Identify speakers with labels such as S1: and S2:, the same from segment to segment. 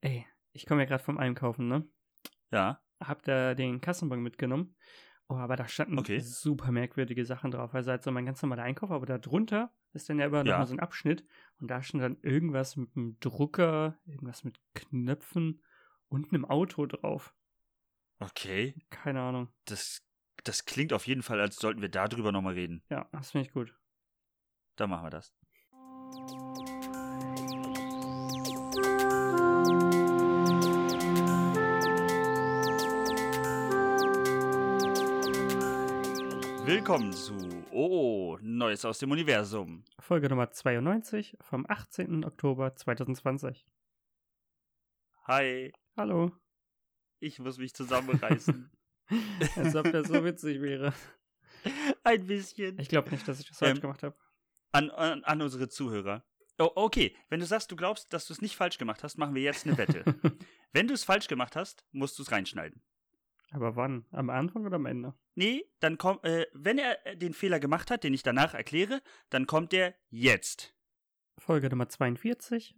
S1: Ey, ich komme ja gerade vom Einkaufen, ne?
S2: Ja.
S1: Hab da den Kassenbon mitgenommen. Oh, aber da standen
S2: Okay.
S1: super merkwürdige Sachen drauf. Also halt so mein ganz normaler Einkauf, aber da drunter ist dann ja immer
S2: Ja.
S1: nochmal so ein Abschnitt. Und da stand dann irgendwas mit einem Drucker, irgendwas mit Knöpfen und einem Auto drauf.
S2: Okay.
S1: Keine Ahnung.
S2: Das, das klingt auf jeden Fall, als sollten wir darüber nochmal reden.
S1: Ja, das finde ich gut.
S2: Dann machen wir das. Willkommen zu Oh, Neues aus dem Universum.
S1: Folge Nummer 92 vom 18. Oktober 2020.
S2: Hi,
S1: Hallo.
S2: ich muss mich zusammenreißen.
S1: Als ob das so witzig wäre.
S2: Ein bisschen.
S1: Ich glaube nicht, dass ich das falsch
S2: Ähm,
S1: gemacht habe.
S2: An, an, an unsere Zuhörer. Oh, okay, wenn du sagst, du glaubst, dass du es nicht falsch gemacht hast, machen wir jetzt eine Wette. wenn du es falsch gemacht hast, musst du es reinschneiden.
S1: Aber wann? Am Anfang oder am Ende?
S2: Nee, dann kommt, äh, wenn er äh, den Fehler gemacht hat, den ich danach erkläre, dann kommt er jetzt.
S1: Folge Nummer 42.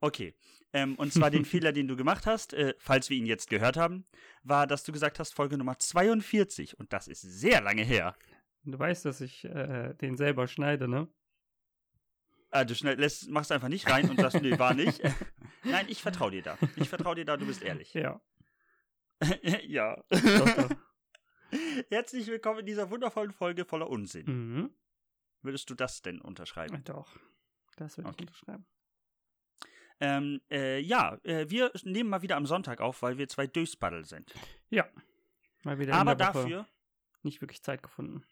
S2: Okay. Ähm, und zwar den Fehler, den du gemacht hast, äh, falls wir ihn jetzt gehört haben, war, dass du gesagt hast, Folge Nummer 42. Und das ist sehr lange her.
S1: Du weißt, dass ich äh, den selber schneide, ne?
S2: Äh, du schnell lässt, machst einfach nicht rein und sagst, nee, war nicht. Nein, ich vertraue dir da. Ich vertraue dir da, du bist ehrlich.
S1: Ja.
S2: ja.
S1: Doch, doch.
S2: Herzlich willkommen in dieser wundervollen Folge voller Unsinn.
S1: mhm.
S2: Würdest du das denn unterschreiben?
S1: Doch. Das würde
S2: Okay.
S1: ich unterschreiben.
S2: Ähm, äh, ja, äh, wir nehmen mal wieder am Sonntag auf, weil wir zwei Dösbaddel sind.
S1: Mal wieder
S2: Aber
S1: in der Woche
S2: dafür,
S1: nicht wirklich Zeit gefunden.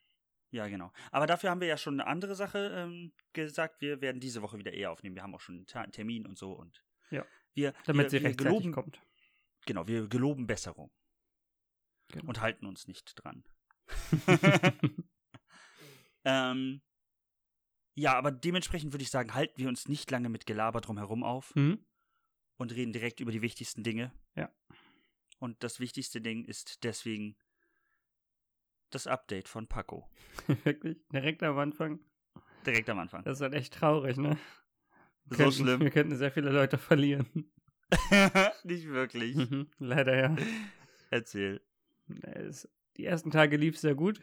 S2: ja genau, aber dafür haben wir ja schon eine andere Sache ähm, gesagt. Wir werden diese Woche wieder eher aufnehmen. Wir haben auch schon einen Ta- Termin und so und
S1: Ja.
S2: wir,
S1: Damit
S2: wir,
S1: sie
S2: wir
S1: rechtzeitig
S2: geloben,
S1: kommt.
S2: Genau, wir geloben Besserung
S1: Genau.
S2: und halten uns nicht dran. ähm, ja, aber dementsprechend würde ich sagen, halten wir uns nicht lange mit Gelaber drumherum auf
S1: Hm?
S2: und reden direkt über die wichtigsten Dinge.
S1: Ja.
S2: Und das wichtigste Ding ist deswegen das Update von Paco.
S1: wirklich? Direkt am Anfang?
S2: Direkt am Anfang.
S1: Das ist halt echt traurig, ne? Wir
S2: so
S1: könnten,
S2: schlimm.
S1: Wir könnten sehr viele Leute verlieren.
S2: nicht wirklich.
S1: Mhm. Leider ja.
S2: Erzähl.
S1: Ne, Es, die ersten Tage lief sehr gut,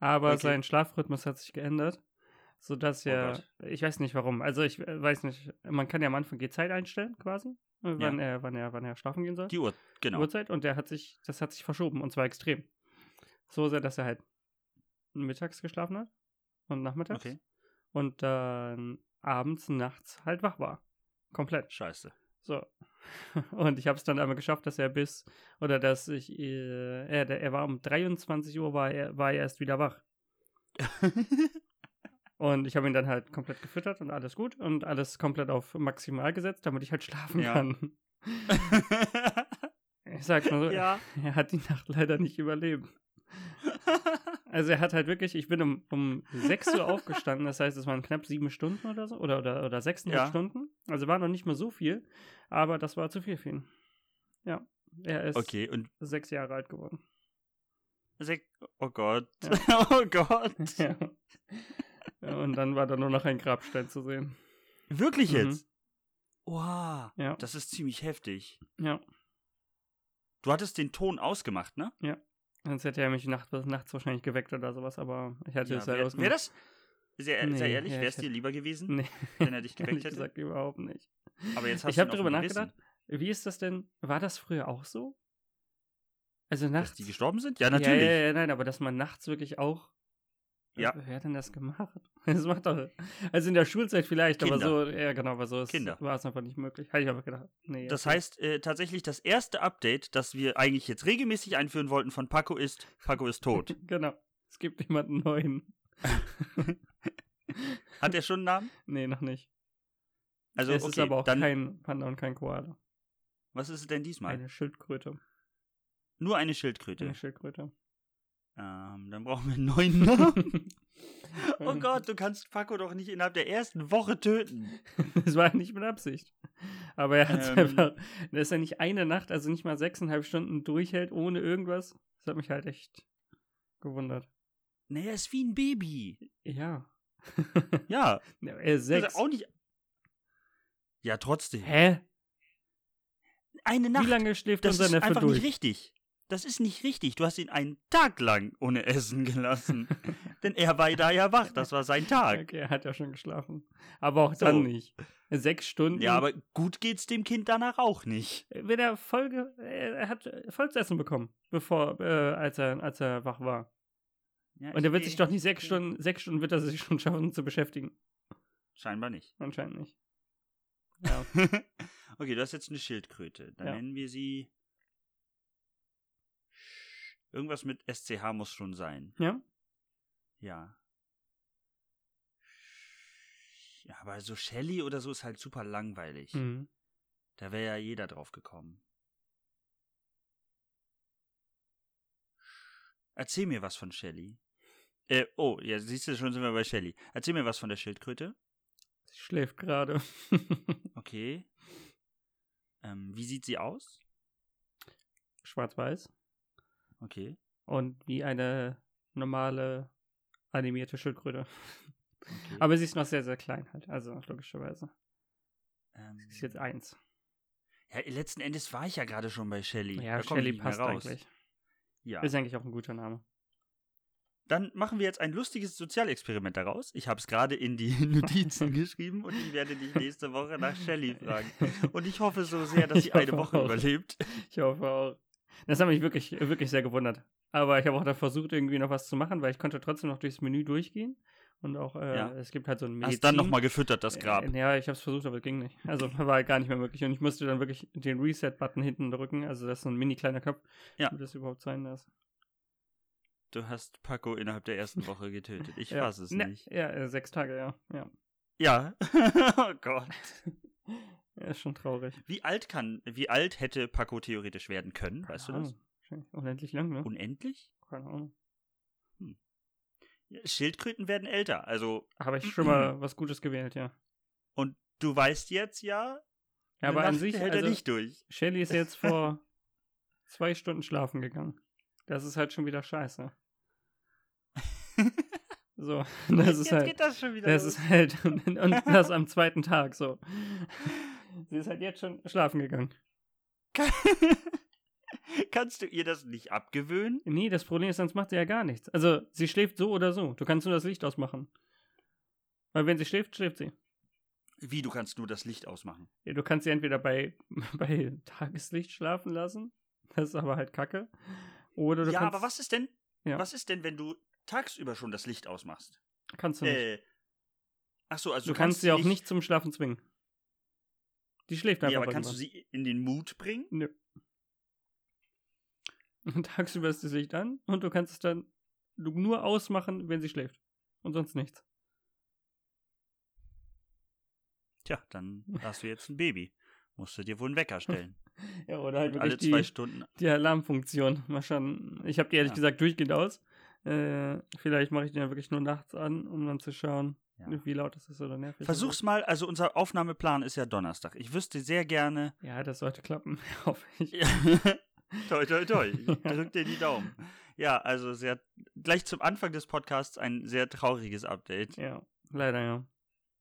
S1: aber
S2: Okay.
S1: sein Schlafrhythmus hat sich geändert, sodass
S2: Oh
S1: ja,
S2: Gott.
S1: ich weiß nicht warum, also ich äh, weiß nicht, man kann ja am Anfang die Zeit einstellen quasi, äh, wann, er, wann, er, wann er schlafen gehen soll,
S2: Die Uhr,
S1: die
S2: genau.
S1: Uhrzeit, und der hat sich, das hat sich verschoben, und zwar extrem. So sehr, dass er halt mittags geschlafen hat und nachmittags
S2: Okay.
S1: und dann abends, nachts halt wach war. Komplett.
S2: Scheiße.
S1: So. Und ich habe es dann einmal geschafft, dass er bis, oder dass ich, äh, er, der- er war um 23 Uhr, war er, war er erst wieder wach. Und ich habe ihn dann halt komplett gefüttert und alles gut und alles komplett auf maximal gesetzt, damit ich halt schlafen
S2: Ja.
S1: kann. Ich sag's mal so,
S2: ja.
S1: er hat die Nacht leider nicht überlebt. Also er hat halt wirklich, ich bin um, um 6 Uhr aufgestanden, das heißt, es waren knapp sieben Stunden oder so, oder, oder, oder sechseinhalb
S2: Ja.
S1: Stunden. Also war noch nicht mal so viel, aber das war zu viel für ihn. Ja, er ist
S2: Okay, und
S1: sechs Jahre alt geworden.
S2: sech- oh Gott.
S1: Ja.
S2: oh Gott.
S1: Ja. Und dann war da nur noch ein Grabstein zu sehen.
S2: Wirklich
S1: Mhm.
S2: jetzt? Wow.
S1: Ja.
S2: Das ist ziemlich heftig.
S1: Ja,
S2: Du hattest den Ton ausgemacht, ne?
S1: sonst hätte er mich nacht, nachts wahrscheinlich geweckt oder sowas, aber ich hatte es halt leider
S2: Wäre wär das, sehr,
S1: Nee,
S2: sehr ehrlich,
S1: ja,
S2: wäre es
S1: ich
S2: dir lieber gewesen,
S1: Nee,
S2: wenn er dich
S1: ehrlich
S2: geweckt hätte?
S1: gesagt überhaupt nicht.
S2: Aber jetzt hast
S1: Ich
S2: du
S1: hab
S2: ihn auf
S1: drüber
S2: dem Gewissen.
S1: nachgedacht, Wie ist das denn? War das früher auch so? Also
S2: Dass
S1: nachts?
S2: die gestorben sind? Ja,
S1: Ja,
S2: natürlich.
S1: ja, ja, nein, aber dass man nachts wirklich auch. Also,
S2: Ja.
S1: Wer hat denn das gemacht? Das macht doch. Also in der Schulzeit vielleicht, aber
S2: Kinder.
S1: so, ja genau, aber so ist,
S2: Kinder.
S1: war es einfach nicht möglich. Habe ich aber gedacht. Nee,
S2: Das
S1: okay.
S2: heißt äh, tatsächlich, das erste Update, das wir eigentlich jetzt regelmäßig einführen wollten von Paco ist, Paco ist tot.
S1: Genau. Es gibt jemanden neuen.
S2: Hat er schon einen Namen?
S1: Nee, noch nicht.
S2: Also,
S1: es
S2: okay,
S1: ist aber auch
S2: dann,
S1: kein Panda und kein Koala.
S2: was ist es denn diesmal?
S1: Eine Schildkröte.
S2: Nur eine Schildkröte.
S1: Eine Schildkröte.
S2: ähm, dann brauchen wir einen neuen Namen. oh
S1: Ähm,
S2: Gott, du kannst Paco doch nicht innerhalb der ersten Woche töten.
S1: Das war nicht mit Absicht. Aber er hat
S2: Ähm.
S1: einfach, dass er nicht eine Nacht, also nicht mal sechseinhalb Stunden durchhält ohne irgendwas. Das hat mich halt echt gewundert.
S2: Nee, er ist wie ein Baby.
S1: Ja.
S2: Ja, also
S1: Ja, Er ist
S2: das
S1: sechs.
S2: ist auch nicht. Ja, trotzdem.
S1: Hä?
S2: eine Nacht.
S1: Wie lange schläft
S2: das
S1: unser
S2: ist
S1: Neffe
S2: einfach
S1: durch?
S2: nicht richtig. Das ist nicht richtig. Du hast ihn einen Tag lang ohne Essen gelassen. Denn er war da ja wach. Das war sein Tag.
S1: Okay, er hat ja schon geschlafen. Aber auch dann
S2: So.
S1: nicht. Sechs Stunden.
S2: Ja, aber gut geht's dem Kind danach auch nicht.
S1: Wenn er Folge, er hat äh, Volksessen bekommen, bevor, äh, als, er, als er wach war.
S2: Ja,
S1: Und er wird
S2: ich-
S1: sich doch nicht sechs
S2: ich-
S1: Stunden, sechs Stunden wird er sich schon schaffen zu beschäftigen.
S2: Scheinbar nicht.
S1: Anscheinend nicht.
S2: okay, du hast jetzt eine Schildkröte. Dann
S1: Ja.
S2: nennen wir sie. Irgendwas mit SCH muss schon sein.
S1: Ja?
S2: Ja. Ja, aber so Shelly oder so ist halt super langweilig.
S1: Mhm.
S2: Da wäre ja jeder drauf gekommen. Erzähl mir was von Shelly. Äh, oh, ja, siehst du, schon sind wir bei Shelly. Erzähl mir was von der Schildkröte.
S1: Sie schläft gerade.
S2: Okay. Ähm, wie sieht sie aus?
S1: Schwarz-weiß.
S2: Okay.
S1: Und wie eine normale animierte Schildkröte.
S2: okay.
S1: Aber sie ist noch sehr, sehr klein halt. Also logischerweise.
S2: ähm,
S1: Sie ist jetzt eins.
S2: ja, letzten Endes war ich ja gerade schon bei Shelly.
S1: Ja,
S2: da komm ich
S1: Shelly
S2: nicht mehr
S1: passt
S2: raus.
S1: eigentlich. Also-
S2: Ja.
S1: Ist eigentlich auch ein guter Name.
S2: Dann machen wir jetzt ein lustiges Sozialexperiment daraus. Ich habe es gerade in die Notizen geschrieben und ich werde dich nächste Woche nach Shelly fragen. Und ich hoffe so sehr, dass
S1: Ich
S2: sie eine
S1: hoffe
S2: Woche
S1: auch.
S2: überlebt.
S1: Ich hoffe auch. Das hat mich wirklich, wirklich sehr gewundert. Aber ich habe auch da versucht, irgendwie noch was zu machen, weil ich konnte trotzdem noch durchs Menü durchgehen. Und auch, äh,
S2: Ja.
S1: es gibt halt so ein Medizin.
S2: Hast dann nochmal gefüttert, das Grab.
S1: Äh, ja, ich habe es versucht, aber es ging nicht. Also war gar nicht mehr möglich. Und ich musste dann wirklich den Reset-Button hinten drücken. Also das ist so ein mini kleiner Knopf,
S2: Ja.
S1: damit das überhaupt sein lässt.
S2: Du hast Paco innerhalb der ersten Woche getötet. Ich
S1: ja.
S2: fass es
S1: Ne,
S2: nicht.
S1: Ja, äh, sechs Tage, ja. ja.
S2: Ja. oh Gott.
S1: Ja, ist schon traurig.
S2: Wie alt kann, wie alt hätte Paco theoretisch werden können? Weißt du
S1: Keine
S2: das?
S1: Ahnung. Wahrscheinlich Unendlich lang, ne?
S2: Unendlich?
S1: Keine Ahnung.
S2: Ja, Schildkröten werden älter. Also,
S1: Habe ich schon mal was Gutes gewählt, ja.
S2: und du weißt jetzt ja,
S1: ja
S2: eine
S1: aber an
S2: Nacht
S1: sich,
S2: hält
S1: also,
S2: er nicht durch.
S1: Shelly ist jetzt vor zwei Stunden schlafen gegangen. Das ist halt schon wieder scheiße. So, das ist
S2: jetzt
S1: halt.
S2: geht das schon wieder
S1: Das
S2: los.
S1: ist halt. Und, und das am zweiten Tag so. Sie ist halt jetzt schon schlafen gegangen.
S2: Kannst du ihr das nicht abgewöhnen?
S1: Nee, das Problem ist, sonst macht sie ja gar nichts. Also, sie schläft so oder so. Du kannst nur das Licht ausmachen. Weil, wenn sie schläft, schläft sie.
S2: Wie, du kannst nur das Licht ausmachen?
S1: Ja, Du kannst sie entweder bei, bei Tageslicht schlafen lassen. Das ist aber halt kacke. Oder du
S2: ja,
S1: kannst.
S2: aber was ist denn,
S1: Ja.
S2: was ist denn, wenn du tagsüber schon das Licht ausmachst?
S1: Kannst du nicht.
S2: Äh, ach so, also
S1: du kannst sie auch nicht zum Schlafen zwingen. Die schläft einfach
S2: Ja, aber
S1: irgendwann.
S2: kannst du sie in den Mut bringen?
S1: Und tagsüber ist das Licht an und du kannst es dann nur ausmachen, wenn sie schläft. Und sonst nichts.
S2: Tja, dann hast du jetzt ein Baby. Musst du dir wohl einen Wecker stellen.
S1: Ja, oder halt
S2: Und alle
S1: wirklich
S2: zwei
S1: die,
S2: Stunden.
S1: die Alarmfunktion. Mal schauen. Ich habe die ehrlich
S2: Ja.
S1: gesagt durchgehend aus. Äh, vielleicht mache ich den ja wirklich nur nachts an, um dann zu schauen,
S2: Ja.
S1: wie laut das ist oder nervig.
S2: Versuch's mal, also unser Aufnahmeplan ist ja Donnerstag. Ich wüsste sehr gerne.
S1: Ja, das sollte klappen, hoffe ich.
S2: toi, toi, toi. Ich Drück dir die Daumen. Ja, also sehr gleich zum Anfang des Podcasts ein sehr trauriges Update.
S1: Ja, leider ja.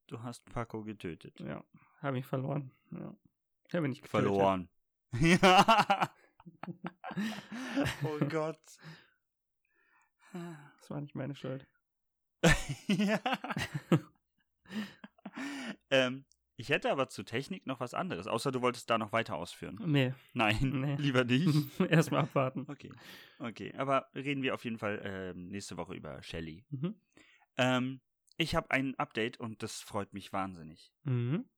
S2: Du hast Paco getötet.
S1: Ja, habe ich verloren. Ja. Ich habe ihn nicht getötet.
S2: Verloren. Ja. oh Gott.
S1: Das war nicht meine Schuld.
S2: ja. ähm, ich hätte aber zu Technik noch was anderes, außer du wolltest da noch weiter ausführen.
S1: Nee,
S2: Nein,
S1: Nee.
S2: lieber nicht.
S1: erstmal abwarten.
S2: Okay. Okay, aber reden wir auf jeden Fall ähm, nächste Woche über Shelly.
S1: Mhm.
S2: Ähm, ich habe ein Update und das freut mich wahnsinnig.
S1: Mhm.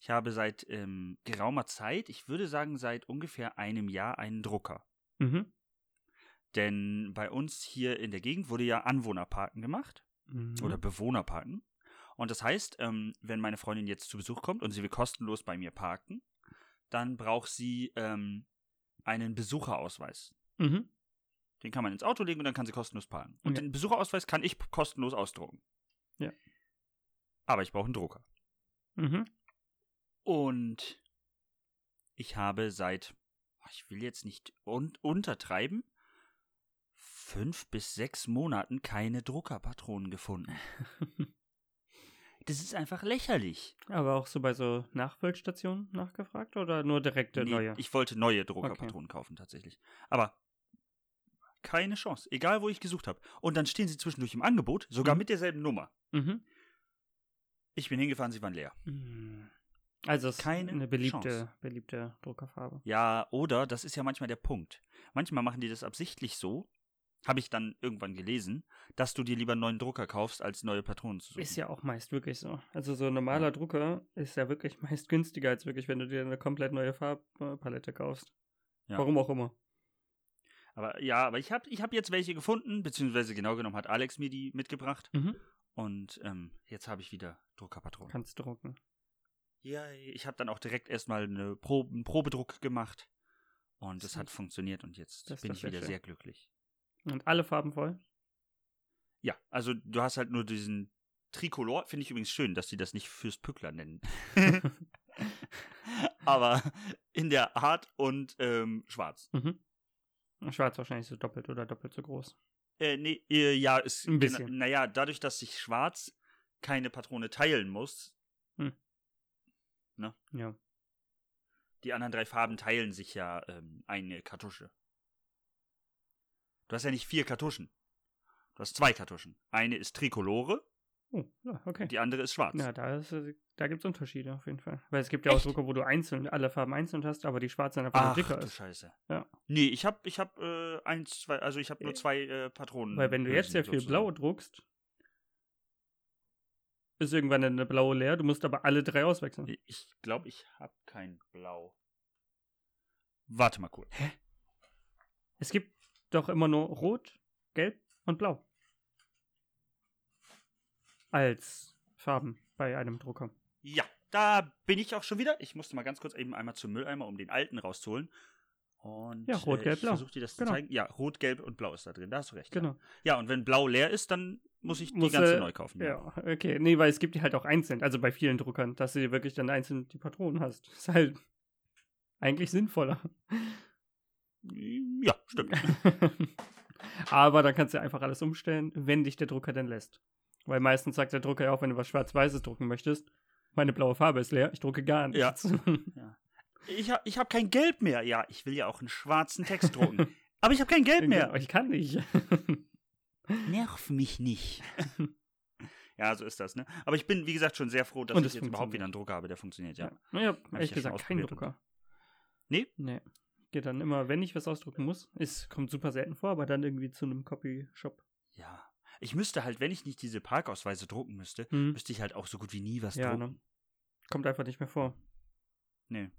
S2: Ich habe seit ähm, geraumer Zeit, ich würde sagen seit ungefähr einem Jahr, einen Drucker.
S1: Mhm.
S2: Denn bei uns hier in der Gegend wurde ja Anwohnerparken gemacht.
S1: Mhm.
S2: oder Bewohner parken. Und das heißt, ähm, wenn meine Freundin jetzt zu Besuch kommt und sie will kostenlos bei mir parken, dann braucht sie ähm, einen Besucherausweis.
S1: Mhm.
S2: Den kann man ins Auto legen und dann kann sie kostenlos parken. Und
S1: Ja.
S2: den Besucherausweis kann ich kostenlos ausdrucken.
S1: Ja.
S2: Aber ich brauche einen Drucker.
S1: Mhm.
S2: Und ich habe seit, oh, ich will jetzt nicht un untertreiben, fünf bis sechs Monaten keine Druckerpatronen gefunden. Das ist einfach lächerlich.
S1: Aber auch so bei so Nachfüllstationen nachgefragt oder nur direkte
S2: Nee,
S1: neue?
S2: Ich wollte neue Druckerpatronen kaufen, tatsächlich. Aber keine Chance. Egal, wo ich gesucht habe. Und dann stehen sie zwischendurch im Angebot, sogar
S1: Mhm.
S2: mit derselben Nummer.
S1: Mhm.
S2: Ich bin hingefahren, sie waren leer.
S1: Mhm. Also es ist
S2: Keine
S1: eine beliebte,
S2: Chance.
S1: beliebte Druckerfarbe.
S2: Ja, oder, das ist ja manchmal der Punkt. Manchmal machen die das absichtlich so, habe ich dann irgendwann gelesen, dass du dir lieber einen neuen Drucker kaufst, als neue Patronen zu suchen.
S1: Ist ja auch meist wirklich so. Also so ein normaler Drucker ist ja wirklich meist günstiger als wirklich, wenn du dir eine komplett neue Farbpalette kaufst.
S2: Ja.
S1: Warum auch immer.
S2: Aber ja, aber ich habe ich hab jetzt welche gefunden, beziehungsweise genau genommen hat Alex mir die mitgebracht.
S1: Mhm.
S2: Und ähm, jetzt habe ich wieder Druckerpatronen.
S1: Kannst drucken.
S2: Ja, ich habe dann auch direkt erstmal eine Pro einen Probedruck gemacht. Und es
S1: Sehr
S2: hat funktioniert und jetzt
S1: Das ist
S2: bin
S1: doch
S2: ich
S1: sehr
S2: wieder
S1: schön.
S2: sehr glücklich.
S1: Und alle Farben voll.
S2: Ja, also du hast halt nur diesen Tricolor. Finde ich übrigens schön, dass sie das nicht Fürst Pückler nennen. Aber in der Art und ähm, schwarz.
S1: Mhm. Schwarz wahrscheinlich so doppelt oder doppelt so groß.
S2: Äh, nee, äh, ja, ist.
S1: Ein bisschen.
S2: gena- Naja, dadurch, dass sich schwarz keine Patrone teilen muss,
S1: Ja.
S2: die anderen drei Farben teilen sich ja ähm, eine Kartusche. Du hast ja nicht vier Kartuschen. Du hast zwei Kartuschen. Eine ist Tricolore,
S1: Oh, ja, okay.
S2: die andere ist schwarz.
S1: Ja, da, ist, äh, da gibt es Unterschiede auf jeden Fall. Weil es gibt ja
S2: Echt?
S1: auch Drucker, wo du einzeln alle Farben einzeln hast, aber die schwarze dann einfach nur
S2: Ach,
S1: Äh, dicker
S2: du
S1: ist.
S2: Scheiße.
S1: Ja.
S2: Nee, ich hab, ich hab äh, eins, zwei, also ich hab nur
S1: Äh,
S2: zwei äh, Patronen.
S1: Weil wenn du jetzt sehr viel blau druckst, ist irgendwann eine blaue leer, du musst aber alle drei auswechseln.
S2: Ich glaube, ich hab kein Blau. Warte mal kurz.
S1: Es gibt doch immer nur Rot, Gelb und Blau. Als Farben bei einem Drucker.
S2: Ja, da bin ich auch schon wieder. Ich musste mal ganz kurz eben einmal zum Mülleimer, um den alten rauszuholen. Und
S1: Ja, rot,
S2: äh,
S1: gelb,
S2: ich
S1: blau.
S2: versuche dir das
S1: Genau.
S2: zu zeigen. Ja, rot, gelb und blau ist da drin. Da hast du recht.
S1: Genau.
S2: Ja, ja und wenn blau leer ist, dann muss ich die
S1: Muss,
S2: ganze
S1: äh,
S2: neu kaufen.
S1: Ja. okay. Nee, weil es gibt die halt auch einzeln, also bei vielen Druckern, dass du dir wirklich dann einzeln die Patronen hast. Ist halt eigentlich sinnvoller.
S2: Ja, stimmt.
S1: Aber dann kannst du einfach alles umstellen, wenn dich der Drucker denn lässt. Weil meistens sagt der Drucker ja auch, wenn du was Schwarz-Weißes drucken möchtest, meine blaue Farbe ist leer, ich drucke gar
S2: Ja.
S1: nichts.
S2: Ich habe ich hab kein Gelb mehr. Ja, ich will ja auch einen schwarzen Text drucken. Aber ich habe kein Gelb mehr.
S1: Genau, ich kann nicht.
S2: Nerv mich nicht. ja, so ist das, ne? Aber ich bin, wie gesagt, schon sehr froh, dass
S1: Und
S2: ich
S1: es
S2: jetzt überhaupt
S1: funktioniert.
S2: wieder einen Drucker habe, der funktioniert, ja.
S1: Ja, ich hab ehrlich
S2: ich ja schon
S1: gesagt keinen
S2: ausprobiert und-
S1: Drucker.
S2: Nee?
S1: Nee. Geht dann immer, wenn ich was ausdrucken muss, es kommt super selten vor, aber dann irgendwie zu einem Copy-Shop.
S2: Ja. Ich müsste halt, wenn ich nicht diese Parkausweise drucken müsste,
S1: Hm.
S2: müsste ich halt auch so gut wie nie was
S1: Ja,
S2: drucken.
S1: ne? Kommt einfach nicht mehr vor. ne?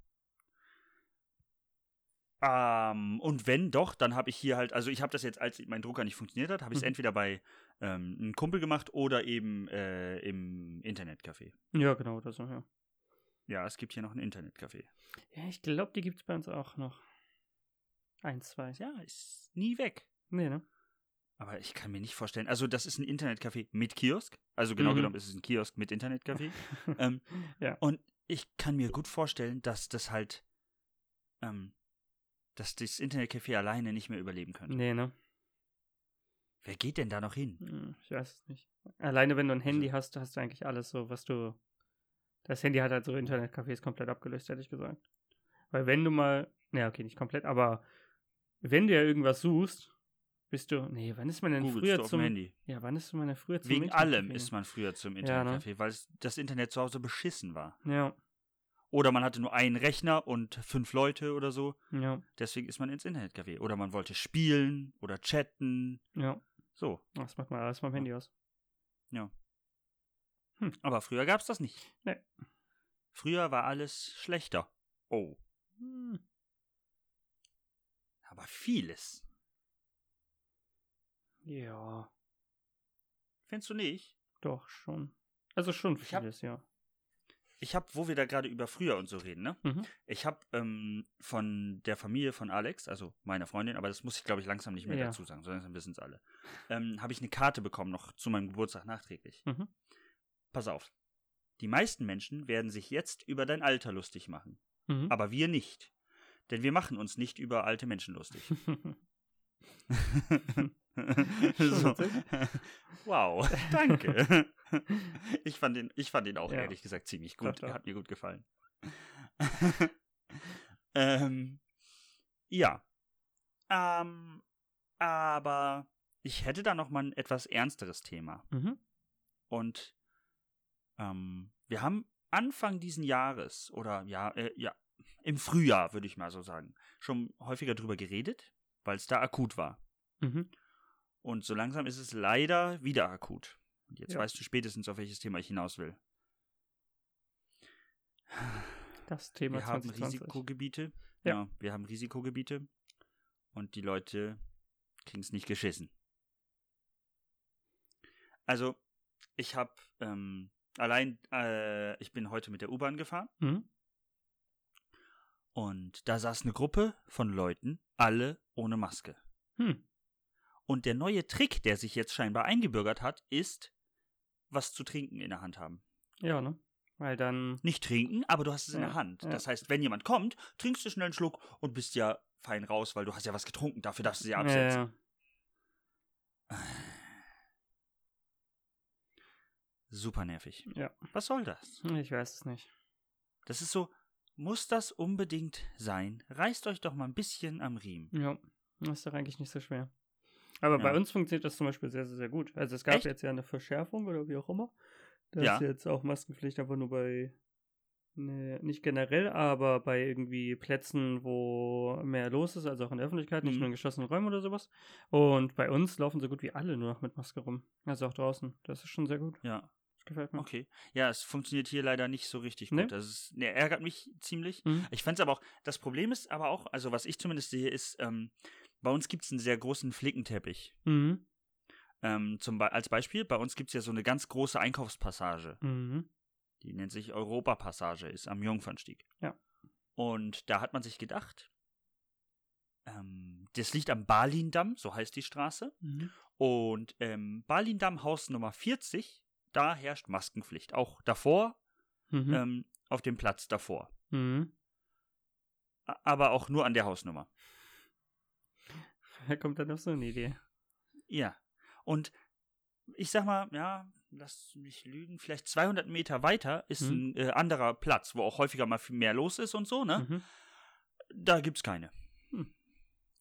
S2: Ähm, und wenn doch, dann habe ich hier halt, also ich habe das jetzt, als mein Drucker nicht funktioniert hat, habe ich es
S1: Mhm.
S2: entweder bei ähm, einem Kumpel gemacht oder eben äh, im Internetcafé.
S1: Ja, genau, oder so, ja.
S2: Ja, es gibt hier noch ein Internetcafé.
S1: Ja, ich glaube, die gibt es bei uns auch noch. Eins, zwei.
S2: Ja, ist nie weg.
S1: Nee, ne?
S2: Aber ich kann mir nicht vorstellen, also das ist ein Internetcafé mit Kiosk. Also genau
S1: Mhm.
S2: genommen ist es ein Kiosk mit Internetcafé. ähm,
S1: Ja.
S2: Und ich kann mir gut vorstellen, dass das halt, ähm, dass das Internetcafé alleine nicht mehr überleben könnte.
S1: Nee, ne?
S2: Wer geht denn da noch hin?
S1: Hm, Ich weiß es nicht. Alleine, wenn du ein Handy
S2: Also
S1: hast, hast du eigentlich alles so, was du. Das Handy hat halt so Internetcafés komplett abgelöst, ehrlich gesagt. Weil wenn du mal. Naja, okay, nicht komplett, aber wenn du ja irgendwas suchst, bist du. Nee, wann ist man denn
S2: Googlest
S1: früher
S2: du auf
S1: zum.
S2: dem Handy?
S1: Ja, wann ist man denn früher zum
S2: Wegen allem
S1: Internetcafé?
S2: ist man früher zum
S1: Ja, ne?
S2: Internetcafé, weil es- das Internet zu Hause beschissen war.
S1: Ja,
S2: Oder man hatte nur einen Rechner und fünf Leute oder so.
S1: ja,
S2: Deswegen ist man ins Internetcafé. Oder man wollte spielen oder chatten.
S1: ja.
S2: So.
S1: Das macht man alles mal am Handy aus.
S2: Aber früher gab es das nicht.
S1: Nee.
S2: Früher war alles schlechter. Oh.
S1: Hm.
S2: Aber vieles.
S1: Ja,
S2: Findest du nicht?
S1: doch schon. Also schon
S2: Ich hab-
S1: vieles, ja.
S2: Ich habe, wo wir da gerade über früher und so reden, ne?
S1: Mhm.
S2: Ich habe ähm, von der Familie von Alex, also meiner Freundin, aber das muss ich, glaube ich, langsam nicht mehr
S1: Ja.
S2: dazu sagen, sondern dann wissen es alle, ähm, habe ich eine Karte bekommen, noch zu meinem Geburtstag nachträglich.
S1: Mhm.
S2: Pass auf. Die meisten Menschen werden sich jetzt über dein Alter lustig machen,
S1: Mhm.
S2: aber wir nicht. Denn wir machen uns nicht über alte Menschen lustig. so.
S1: witzig.
S2: Wow, danke. ich, fand ihn, ich fand ihn auch
S1: Ja.
S2: ehrlich gesagt ziemlich gut.
S1: Klar, klar.
S2: Hat mir gut gefallen. ähm, ja. Ähm, aber ich hätte da noch mal ein etwas ernsteres Thema.
S1: Mhm.
S2: Und ähm, wir haben Anfang diesen Jahres oder ja, äh, ja, im Frühjahr würde ich mal so sagen, schon häufiger drüber geredet, weil es da akut war.
S1: Mhm.
S2: Und so langsam ist es leider wieder akut. Und jetzt
S1: Ja.
S2: weißt du spätestens, auf welches Thema ich hinaus will.
S1: Das Thema
S2: Wir haben
S1: 2020.
S2: Risikogebiete.
S1: Ja.
S2: Ja. wir haben Risikogebiete. Und die Leute kriegen es nicht geschissen. Also, ich habe ähm, allein, äh, ich bin heute mit der U-Bahn gefahren
S1: Mhm.
S2: und da saß eine Gruppe von Leuten, alle ohne Maske.
S1: Hm.
S2: Und der neue Trick, der sich jetzt scheinbar eingebürgert hat, ist, was zu trinken in der Hand haben.
S1: Ja, ne? Weil dann.
S2: Nicht trinken, aber du hast es in
S1: Ja,
S2: der Hand.
S1: ja.
S2: Das heißt, wenn jemand kommt, trinkst du schnell einen Schluck und bist ja fein raus, weil du hast ja was getrunken. Dafür darfst
S1: äh,
S2: du sie absetzen.
S1: Ja,
S2: Super nervig.
S1: Ja.
S2: Was soll das?
S1: ja. ich weiß es nicht.
S2: Das ist so, muss das unbedingt sein? Reißt euch doch mal ein bisschen am Riemen.
S1: Ja, das ist doch eigentlich nicht so schwer. Aber bei
S2: Ja.
S1: uns funktioniert das zum Beispiel sehr, sehr, sehr gut. Also es gab
S2: Echt?
S1: jetzt ja eine Verschärfung oder wie auch immer. Da
S2: Ja.
S1: ist jetzt auch Maskenpflicht einfach nur bei, ne, nicht generell, aber bei irgendwie Plätzen, wo mehr los ist, also auch in der Öffentlichkeit, nicht
S2: Mhm.
S1: nur in geschlossenen Räumen oder sowas. Und bei uns laufen so gut wie alle nur noch mit Maske rum. Also auch draußen. Das ist schon sehr gut.
S2: Ja,
S1: Das gefällt mir.
S2: okay. Ja, es funktioniert hier leider nicht so richtig gut.
S1: Nee?
S2: Das ist, ne, ärgert mich ziemlich.
S1: Mhm.
S2: Ich fand es aber auch, das Problem ist aber auch, also was ich zumindest sehe, ist, ähm, bei uns gibt es einen sehr großen Flickenteppich.
S1: Mhm.
S2: Ähm, zum Be als Beispiel, bei uns gibt es ja so eine ganz große Einkaufspassage.
S1: Mhm.
S2: Die nennt sich Europapassage, ist am Jungfernstieg.
S1: Ja.
S2: Und da hat man sich gedacht, ähm, das liegt am Balindamm, so heißt die Straße.
S1: Mhm.
S2: Und ähm, Balindamm Haus Nummer 40, da herrscht Maskenpflicht. Auch davor,
S1: Mhm.
S2: ähm, auf dem Platz davor.
S1: mhm.
S2: A- Aber auch nur an der Hausnummer.
S1: Wer kommt dann auf so eine Idee?
S2: Ja. Und ich sag mal, ja, lass mich lügen, vielleicht 200 Meter weiter ist
S1: Mhm.
S2: ein äh, anderer Platz, wo auch häufiger mal viel mehr los ist und so, ne?
S1: Mhm.
S2: Da gibt's keine.
S1: Hm.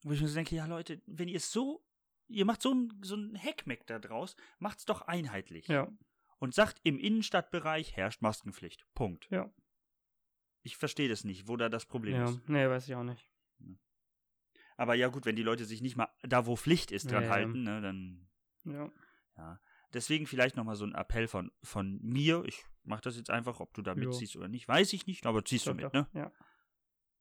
S2: Wo ich mir so denke, ja Leute, wenn ihr es so, ihr macht so ein, so ein Hackmeck da draus, macht's doch einheitlich.
S1: Ja.
S2: Und sagt, im Innenstadtbereich herrscht Maskenpflicht. Punkt.
S1: Ja.
S2: Ich verstehe das nicht, wo da das Problem
S1: Ja.
S2: ist.
S1: Nee, weiß ich auch nicht.
S2: Aber ja gut, wenn die Leute sich nicht mal da, wo Pflicht ist, dran
S1: Ja, ja.
S2: halten, ne, dann
S1: Ja.
S2: Deswegen vielleicht nochmal so ein Appell von, von mir. Ich mache das jetzt einfach, ob du da
S1: Ja.
S2: mitziehst oder nicht, weiß ich nicht, aber ziehst
S1: Doch,
S2: du mit,
S1: doch.
S2: ne?
S1: Ja.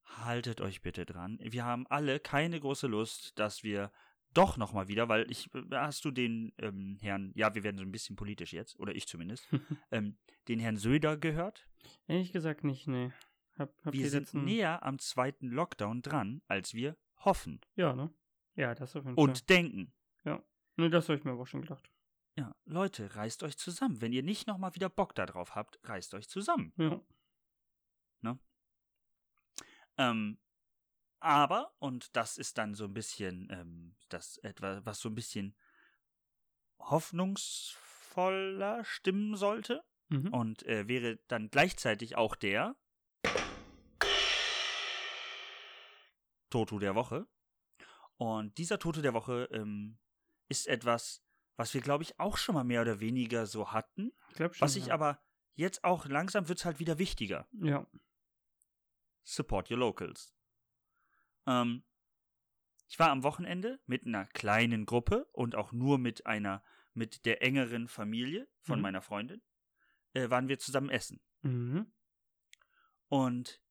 S2: Haltet euch bitte dran. Wir haben alle keine große Lust, dass wir doch nochmal wieder, weil ich, äh, hast du den ähm, Herrn, ja, wir werden so ein bisschen politisch jetzt, oder ich zumindest, ähm, den Herrn Söder gehört?
S1: Ehrlich gesagt nicht, nee. Hab, hab die
S2: Wir sind
S1: letzten-
S2: näher am zweiten Lockdown dran, als wir hoffen
S1: Ja, ne? Ja, das auf jeden
S2: und
S1: Fall.
S2: denken.
S1: Ne, das habe ich mir aber auch schon gedacht.
S2: Ja, Leute, reißt euch zusammen. Wenn ihr nicht nochmal wieder Bock darauf habt, reißt euch zusammen.
S1: Ja.
S2: Ähm, aber, und das ist dann so ein bisschen, ähm, das etwa, was so ein bisschen hoffnungsvoller stimmen sollte
S1: Mhm.
S2: und äh, wäre dann gleichzeitig auch der Toto der Woche. Und dieser Toto der Woche ähm, ist etwas, was wir, glaube ich, auch schon mal mehr oder weniger so hatten,
S1: Ich glaube schon.
S2: was ich
S1: ja.
S2: aber jetzt auch langsam wird es halt wieder wichtiger
S1: Ja.
S2: support your locals. Ähm, ich war am Wochenende mit einer kleinen Gruppe und auch nur mit einer, mit der engeren Familie von
S1: Mhm.
S2: meiner Freundin, äh, waren wir zusammen essen.
S1: Mhm.
S2: Und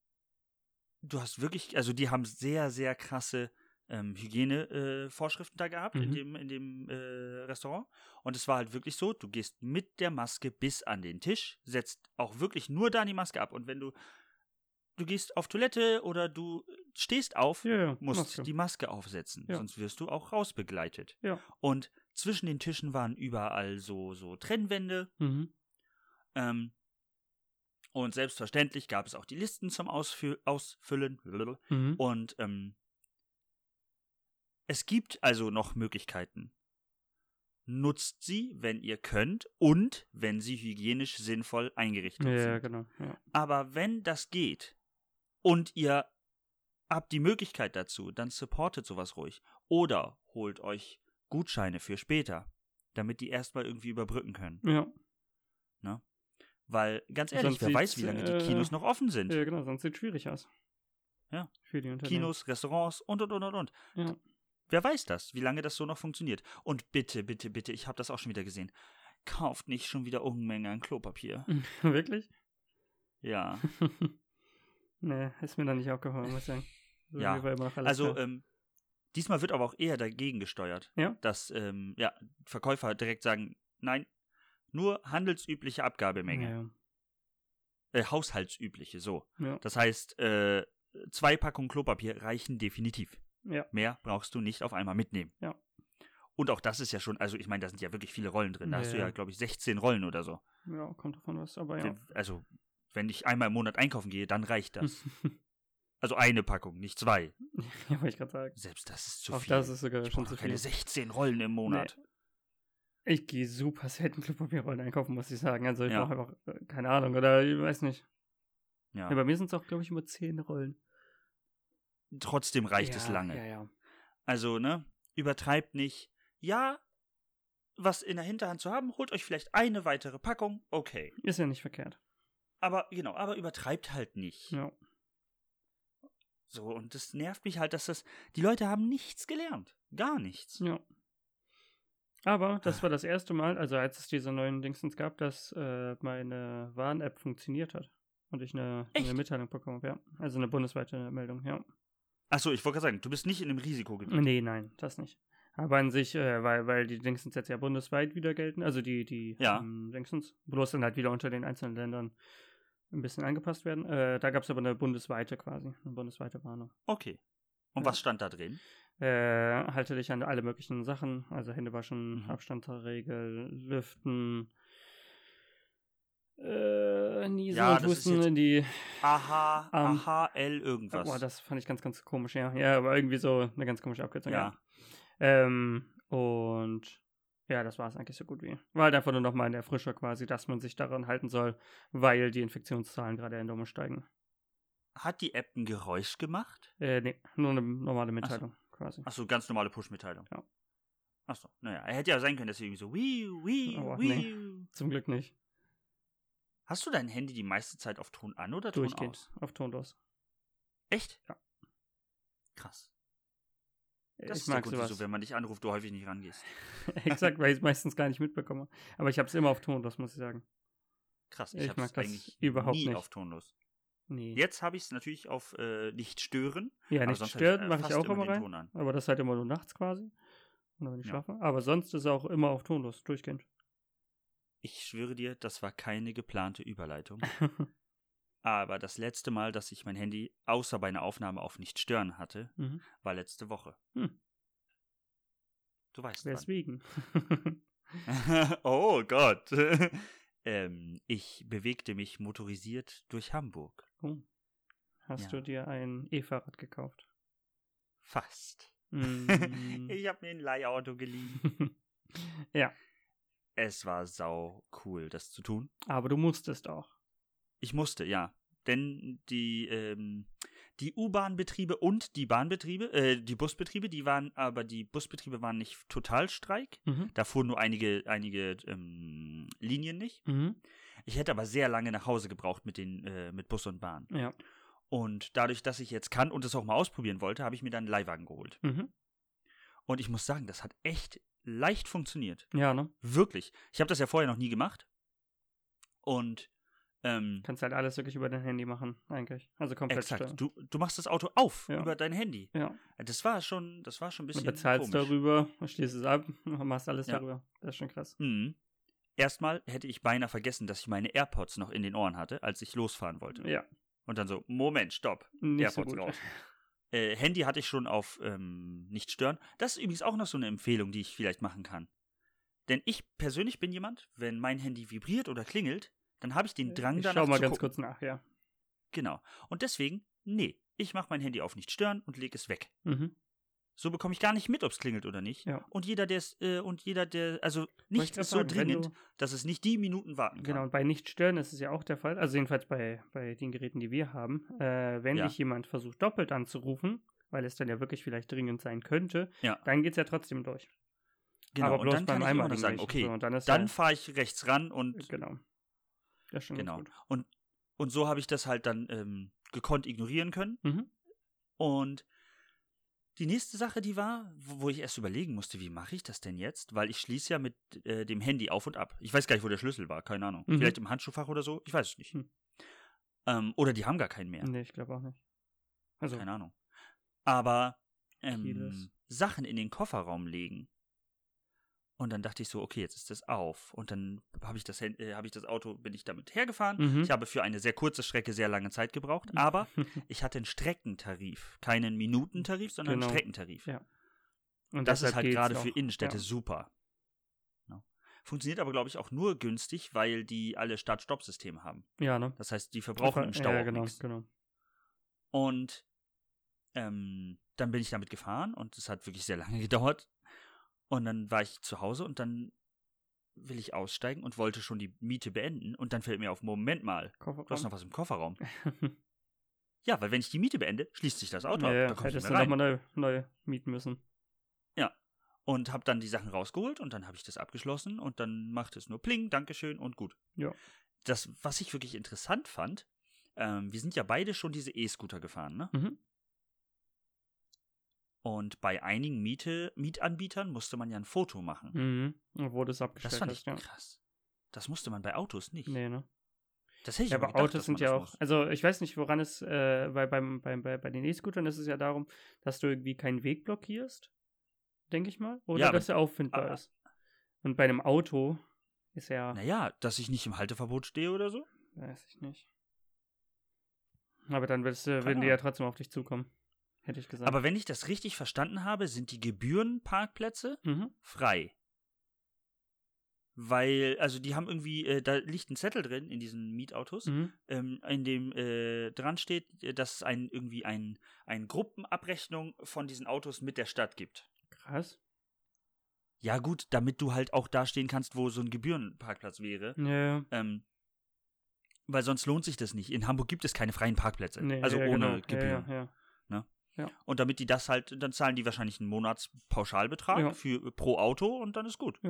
S2: du hast wirklich, also die haben sehr, sehr krasse ähm, Hygienevorschriften äh, Vorschriften da gehabt in
S1: Mhm.
S2: dem, in dem äh, Restaurant. Und es war halt wirklich so, du gehst mit der Maske bis an den Tisch, setzt auch wirklich nur da die Maske ab. Und wenn du, du gehst auf Toilette oder du stehst auf,
S1: Ja, ja.
S2: musst
S1: Maske.
S2: die Maske aufsetzen,
S1: Ja.
S2: sonst wirst du auch rausbegleitet.
S1: Ja.
S2: Und zwischen den Tischen waren überall so, so Trennwände.
S1: Mhm.
S2: Ähm, und selbstverständlich gab es auch die Listen zum Ausfü Ausfüllen.
S1: Mhm.
S2: Und ähm, Es gibt also noch Möglichkeiten. Nutzt sie, wenn ihr könnt und wenn sie hygienisch sinnvoll eingerichtet
S1: Ja,
S2: sind.
S1: genau. Ja.
S2: Aber wenn das geht und ihr habt die Möglichkeit dazu, dann supportet sowas ruhig. Oder holt euch Gutscheine für später, damit die erstmal irgendwie überbrücken können.
S1: Ja,
S2: Weil, ganz ehrlich,
S1: Sonst
S2: wer weiß, wie
S1: sieht's,
S2: lange
S1: äh,
S2: die Kinos noch offen sind.
S1: ja, genau, sonst sieht es schwierig aus.
S2: Ja.
S1: Für die Unternehmen.
S2: Kinos, Restaurants und und und und und.
S1: Ja.
S2: Wer weiß das, wie lange das so noch funktioniert. Und bitte, bitte, bitte, ich habe das auch schon wieder gesehen. Kauft nicht schon wieder Unmengen an Klopapier.
S1: Wirklich?
S2: Ja.
S1: nee, ist mir noch nicht aufgefallen, muss ich sagen. So
S2: Ja,
S1: wie wir immer noch alles
S2: Also
S1: haben.
S2: ähm, diesmal wird aber auch eher dagegen gesteuert,
S1: Ja.
S2: dass ähm, ja, Verkäufer direkt sagen, nein, nur handelsübliche Abgabemenge, äh, haushaltsübliche, so.
S1: Ja, ja.
S2: Das heißt, äh, zwei Packungen Klopapier reichen definitiv.
S1: Ja.
S2: Mehr brauchst du nicht auf einmal mitnehmen.
S1: Ja.
S2: Und auch das ist ja schon, also ich meine, da sind ja wirklich viele Rollen drin. Da hast du
S1: Ja.
S2: ja, glaube ich, 16 Rollen oder so.
S1: ja, kommt davon was, aber ja.
S2: Also, wenn ich einmal im Monat einkaufen gehe, dann reicht das. Also eine Packung, nicht zwei.
S1: ja, wollte ich gerade sagen.
S2: Selbst das ist zu
S1: Auch
S2: viel.
S1: das ist sogar
S2: Ich
S1: schon
S2: brauche
S1: zu
S2: keine
S1: viel.
S2: 16 Rollen im Monat.
S1: Ich gehe super selten Klopapierrollen einkaufen, muss ich sagen. Also ich
S2: Ja.
S1: brauche einfach, äh, keine Ahnung, oder ich weiß nicht.
S2: Ja.
S1: Ja, bei mir sind es auch, glaube ich, immer zehn Rollen.
S2: Trotzdem reicht
S1: ja,
S2: es lange.
S1: Ja, ja.
S2: Also, ne? Übertreibt nicht. Ja, was in der Hinterhand zu haben, holt euch vielleicht eine weitere Packung, okay.
S1: Ist ja nicht verkehrt.
S2: Aber, genau, aber übertreibt halt nicht.
S1: Ja.
S2: So, und das nervt mich halt, dass das. Die Leute haben nichts gelernt. Gar nichts.
S1: Ja. Aber
S2: Ah.
S1: das war das erste Mal, also als es diese neuen Dingsens gab, dass äh, meine Warn-App funktioniert hat. Und ich eine, eine
S2: Echt?
S1: Mitteilung bekommen habe, ja. Also eine bundesweite Meldung, ja.
S2: Achso, ich wollte gerade sagen, du bist nicht in einem Risikogebiet.
S1: Nee, nein, das nicht. Aber an sich, äh, weil, weil die Dingsens jetzt ja bundesweit wieder gelten, also die, die
S2: Ja.
S1: ähm, Dingsens, bloß dann halt wieder unter den einzelnen Ländern ein bisschen angepasst werden. Äh, da gab es aber eine bundesweite quasi, eine bundesweite Warnung.
S2: Okay. Und
S1: Ja.
S2: was stand da drin?
S1: äh, halte dich an alle möglichen Sachen, also Hände waschen,
S2: Mhm.
S1: Abstandsregel, Lüften, äh, Niesen
S2: Ja,
S1: und
S2: das ist
S1: Husten
S2: jetzt-
S1: in die.
S2: Aha,
S1: Ähm,
S2: aha, L irgendwas.
S1: Boah, das fand ich ganz, ganz komisch, ja. Ja, aber irgendwie so eine ganz komische Abkürzung.
S2: ja.
S1: Ähm, und ja, das war es eigentlich so gut wie. War halt einfach nur nochmal in der Frische quasi, dass man sich daran halten soll, weil die Infektionszahlen gerade enorm steigen.
S2: Hat die App ein Geräusch gemacht?
S1: Äh, nee, nur eine normale Mitteilung quasi.
S2: Achso, ganz normale Push-Mitteilung.
S1: Ja.
S2: Achso, naja. Er hätte ja sein können, dass sie irgendwie so wii, wii,
S1: Aber
S2: wii.
S1: Zum Glück nicht.
S2: Hast du dein Handy die meiste Zeit auf Ton an oder Ton
S1: Durchgehend.
S2: aus?
S1: Auf tonlos.
S2: Echt?
S1: Ja.
S2: Krass.
S1: ich
S2: Das ist
S1: mag
S2: der Grund,
S1: sowas.
S2: wieso, wenn man dich anruft, du häufig nicht rangehst.
S1: Exakt, weil ich es meistens gar nicht mitbekomme. Aber ich habe es immer auf Ton, das muss ich sagen.
S2: Krass,
S1: Ich
S2: ich, hab's
S1: mag das
S2: eigentlich
S1: überhaupt
S2: nie
S1: nicht.
S2: auf tonlos.
S1: Nee.
S2: Jetzt habe ich es natürlich auf äh, nicht stören.
S1: ja,
S2: aber
S1: nicht
S2: sonst hab
S1: stört,
S2: äh,
S1: mache ich
S2: fast
S1: auch immer
S2: den
S1: rein.
S2: Ton an.
S1: Aber das halt immer nur nachts quasi. Oder wenn ich
S2: Ja.
S1: schlafe. Aber sonst ist auch immer auf Tonlos, durchgehend.
S2: Ich schwöre dir, das war keine geplante Überleitung.
S1: Mhm.
S2: aber das letzte Mal, dass ich mein Handy außer bei einer Aufnahme auf nicht stören hatte,
S1: Mhm.
S2: war letzte Woche.
S1: Hm.
S2: Du weißt wann.
S1: Deswegen.
S2: oh Gott. ähm, ich bewegte mich motorisiert durch Hamburg.
S1: oh. Hast
S2: Ja.
S1: du dir ein E-Fahrrad gekauft?
S2: Fast.
S1: Mm.
S2: ich habe mir ein Leihauto geliehen.
S1: ja,
S2: Es war sau cool, das zu tun.
S1: aber du musstest auch.
S2: Ich musste, ja. Denn die, ähm, die U-Bahn-Betriebe und die Bahnbetriebe, äh, die Busbetriebe, die waren, aber die Busbetriebe waren nicht Totalstreik.
S1: Mhm.
S2: Da fuhren nur einige, einige ähm, Linien nicht.
S1: Mhm.
S2: Ich hätte aber sehr lange nach Hause gebraucht mit den, äh, mit Bus und Bahn.
S1: Ja.
S2: Und dadurch, dass ich jetzt kann und es auch mal ausprobieren wollte, habe ich mir dann einen Leihwagen geholt.
S1: Mhm.
S2: Und ich muss sagen, das hat echt leicht funktioniert.
S1: Ja, ne?
S2: Wirklich. Ich habe das ja vorher noch nie gemacht. Und ähm,
S1: Kannst halt alles wirklich über dein Handy machen, eigentlich. Also komplett
S2: exakt,
S1: steuern.
S2: du, du machst das Auto auf
S1: Ja.
S2: über dein Handy.
S1: Ja.
S2: Das war schon, das war schon ein
S1: Du
S2: bisschen
S1: bezahlst
S2: komisch.
S1: darüber, schließt es ab, machst alles
S2: Ja.
S1: darüber. Das ist schon krass.
S2: Mhm. Erstmal hätte ich beinahe vergessen, dass ich meine AirPods noch in den Ohren hatte, als ich losfahren wollte.
S1: Ja,
S2: Und dann so, Moment, stopp.
S1: nicht so
S2: AirPods
S1: gut.
S2: raus. Äh, Handy hatte ich schon auf ähm, nicht stören. Das ist übrigens auch noch so eine Empfehlung, die ich vielleicht machen kann. Denn ich persönlich bin jemand, wenn mein Handy vibriert oder klingelt, dann habe ich den Drang
S1: Äh, ich
S2: danach
S1: schau mal
S2: zu
S1: ganz
S2: gucken.
S1: kurz nach, ja.
S2: Genau. Und deswegen, nee, ich mache mein Handy auf nicht stören und lege es weg.
S1: Mhm.
S2: So bekomme ich gar nicht mit, ob es klingelt oder nicht.
S1: Ja.
S2: Und jeder, der es, äh, und jeder, der, also
S1: Wollte
S2: nichts
S1: ich grad
S2: ist so
S1: sagen, wenn
S2: dringend,
S1: du-
S2: dass es nicht die Minuten warten kann.
S1: Genau, und bei Nichtstören ist es ja auch der Fall, also jedenfalls bei, bei den Geräten, die wir haben, äh, wenn
S2: Ja.
S1: dich jemand versucht doppelt anzurufen, weil es dann ja wirklich vielleicht dringend sein könnte,
S2: Ja.
S1: dann geht es ja trotzdem durch.
S2: Genau,
S1: Aber bloß
S2: und dann kann
S1: beim
S2: ich immer noch
S1: einmaligen
S2: sagen,
S1: nicht.
S2: okay,
S1: So, und dann ist
S2: dann
S1: halt,
S2: fahre ich rechts ran und
S1: genau. Das ist schon
S2: Genau.
S1: genau. gut.
S2: Und, und so habe ich das halt dann ähm, gekonnt ignorieren können.
S1: Mhm.
S2: Und die nächste Sache, die war, wo wo ich erst überlegen musste, wie mache ich das denn jetzt? Weil ich schließe ja mit äh, dem Handy auf und ab. Ich weiß gar nicht, wo der Schlüssel war, keine Ahnung.
S1: Mhm.
S2: Vielleicht im Handschuhfach oder so, ich weiß es nicht.
S1: Hm.
S2: Ähm, oder die haben gar keinen mehr,
S1: Nee, ich glaube auch nicht. Also,
S2: keine Ahnung. Aber
S1: Keyless.
S2: ähm, Sachen in den Kofferraum legen. Und dann dachte ich so, okay, jetzt ist das auf. Und dann habe ich das, Hand- äh, habe ich das Auto, bin ich damit hergefahren.
S1: Mhm.
S2: Ich habe für eine sehr kurze Strecke sehr lange Zeit gebraucht, aber ich hatte einen Streckentarif. Keinen Minutentarif, sondern
S1: Genau.
S2: einen Streckentarif.
S1: Ja. und
S2: Das ist
S1: deshalb
S2: halt
S1: geht's
S2: gerade
S1: noch.
S2: für Innenstädte
S1: Ja.
S2: super. Ja. Funktioniert aber, glaube ich, auch nur günstig, weil die alle Start-Stopp-Systeme haben.
S1: Ja, ne?
S2: Das heißt, die verbrauchen im Stau
S1: Ja,
S2: auch
S1: genau,
S2: nichts.
S1: genau.
S2: Und ähm, dann bin ich damit gefahren und es hat wirklich sehr lange gedauert. Und dann war ich zu Hause und dann will ich aussteigen und wollte schon die Miete beenden. Und dann fällt mir auf, Moment mal,
S1: Kofferraum.
S2: du hast noch was im Kofferraum. Ja, weil wenn ich die Miete beende, schließt sich das Auto
S1: ja,
S2: ab.
S1: ja,
S2: Da komm ich nicht
S1: hättest du
S2: mehr
S1: nochmal
S2: rein.
S1: neu, neu mieten müssen.
S2: Und habe dann die Sachen rausgeholt und dann habe ich das abgeschlossen und dann macht es nur Pling, Dankeschön und gut.
S1: Ja.
S2: Das, was ich wirklich interessant fand, ähm, wir sind ja beide schon diese E-Scooter gefahren, ne?
S1: Mhm.
S2: Und bei einigen Miete, Mietanbietern musste man ja ein Foto machen.
S1: Mhm. Und wurde es
S2: Das
S1: abgestellt.
S2: fand ich
S1: hast, ja.
S2: krass. Das musste man bei Autos nicht.
S1: Nee, ne?
S2: Das hätte ich
S1: Ja,
S2: aber
S1: aber
S2: gedacht,
S1: Autos
S2: dass man
S1: sind ja
S2: das
S1: auch,
S2: muss.
S1: also ich weiß nicht, woran es, äh, bei, beim, beim, bei, bei den E-Scootern ist es ja darum, dass du irgendwie keinen Weg blockierst, denke ich mal, oder
S2: Ja, Ah. aber-
S1: dass er auffindbar
S2: aber-
S1: ist. Und bei einem Auto ist ja,
S2: Naja, dass ich nicht im Halteverbot stehe oder so.
S1: weiß ich nicht. Aber dann würdest, du-
S2: Keine
S1: würden die ja
S2: Ahnung.
S1: trotzdem auf dich zukommen, hätte ich gesagt.
S2: Aber wenn ich das richtig verstanden habe, sind die Gebührenparkplätze
S1: mhm.
S2: frei. Weil, also die haben irgendwie, äh, da liegt ein Zettel drin in diesen Mietautos,
S1: Mhm.
S2: ähm, in dem äh, dran steht, äh, dass es ein, irgendwie ein, ein Gruppenabrechnung von diesen Autos mit der Stadt gibt.
S1: Krass.
S2: Ja gut, damit du halt auch da stehen kannst, wo so ein Gebührenparkplatz wäre.
S1: Ja, ja.
S2: Ähm, weil sonst lohnt sich das nicht. In Hamburg gibt es keine freien Parkplätze.
S1: Nee,
S2: also
S1: ja,
S2: ohne
S1: genau.
S2: Gebühren.
S1: Ja, ja,
S2: Und damit die das halt, dann zahlen die wahrscheinlich einen Monatspauschalbetrag
S1: Ja.
S2: für, äh, pro Auto und dann ist gut.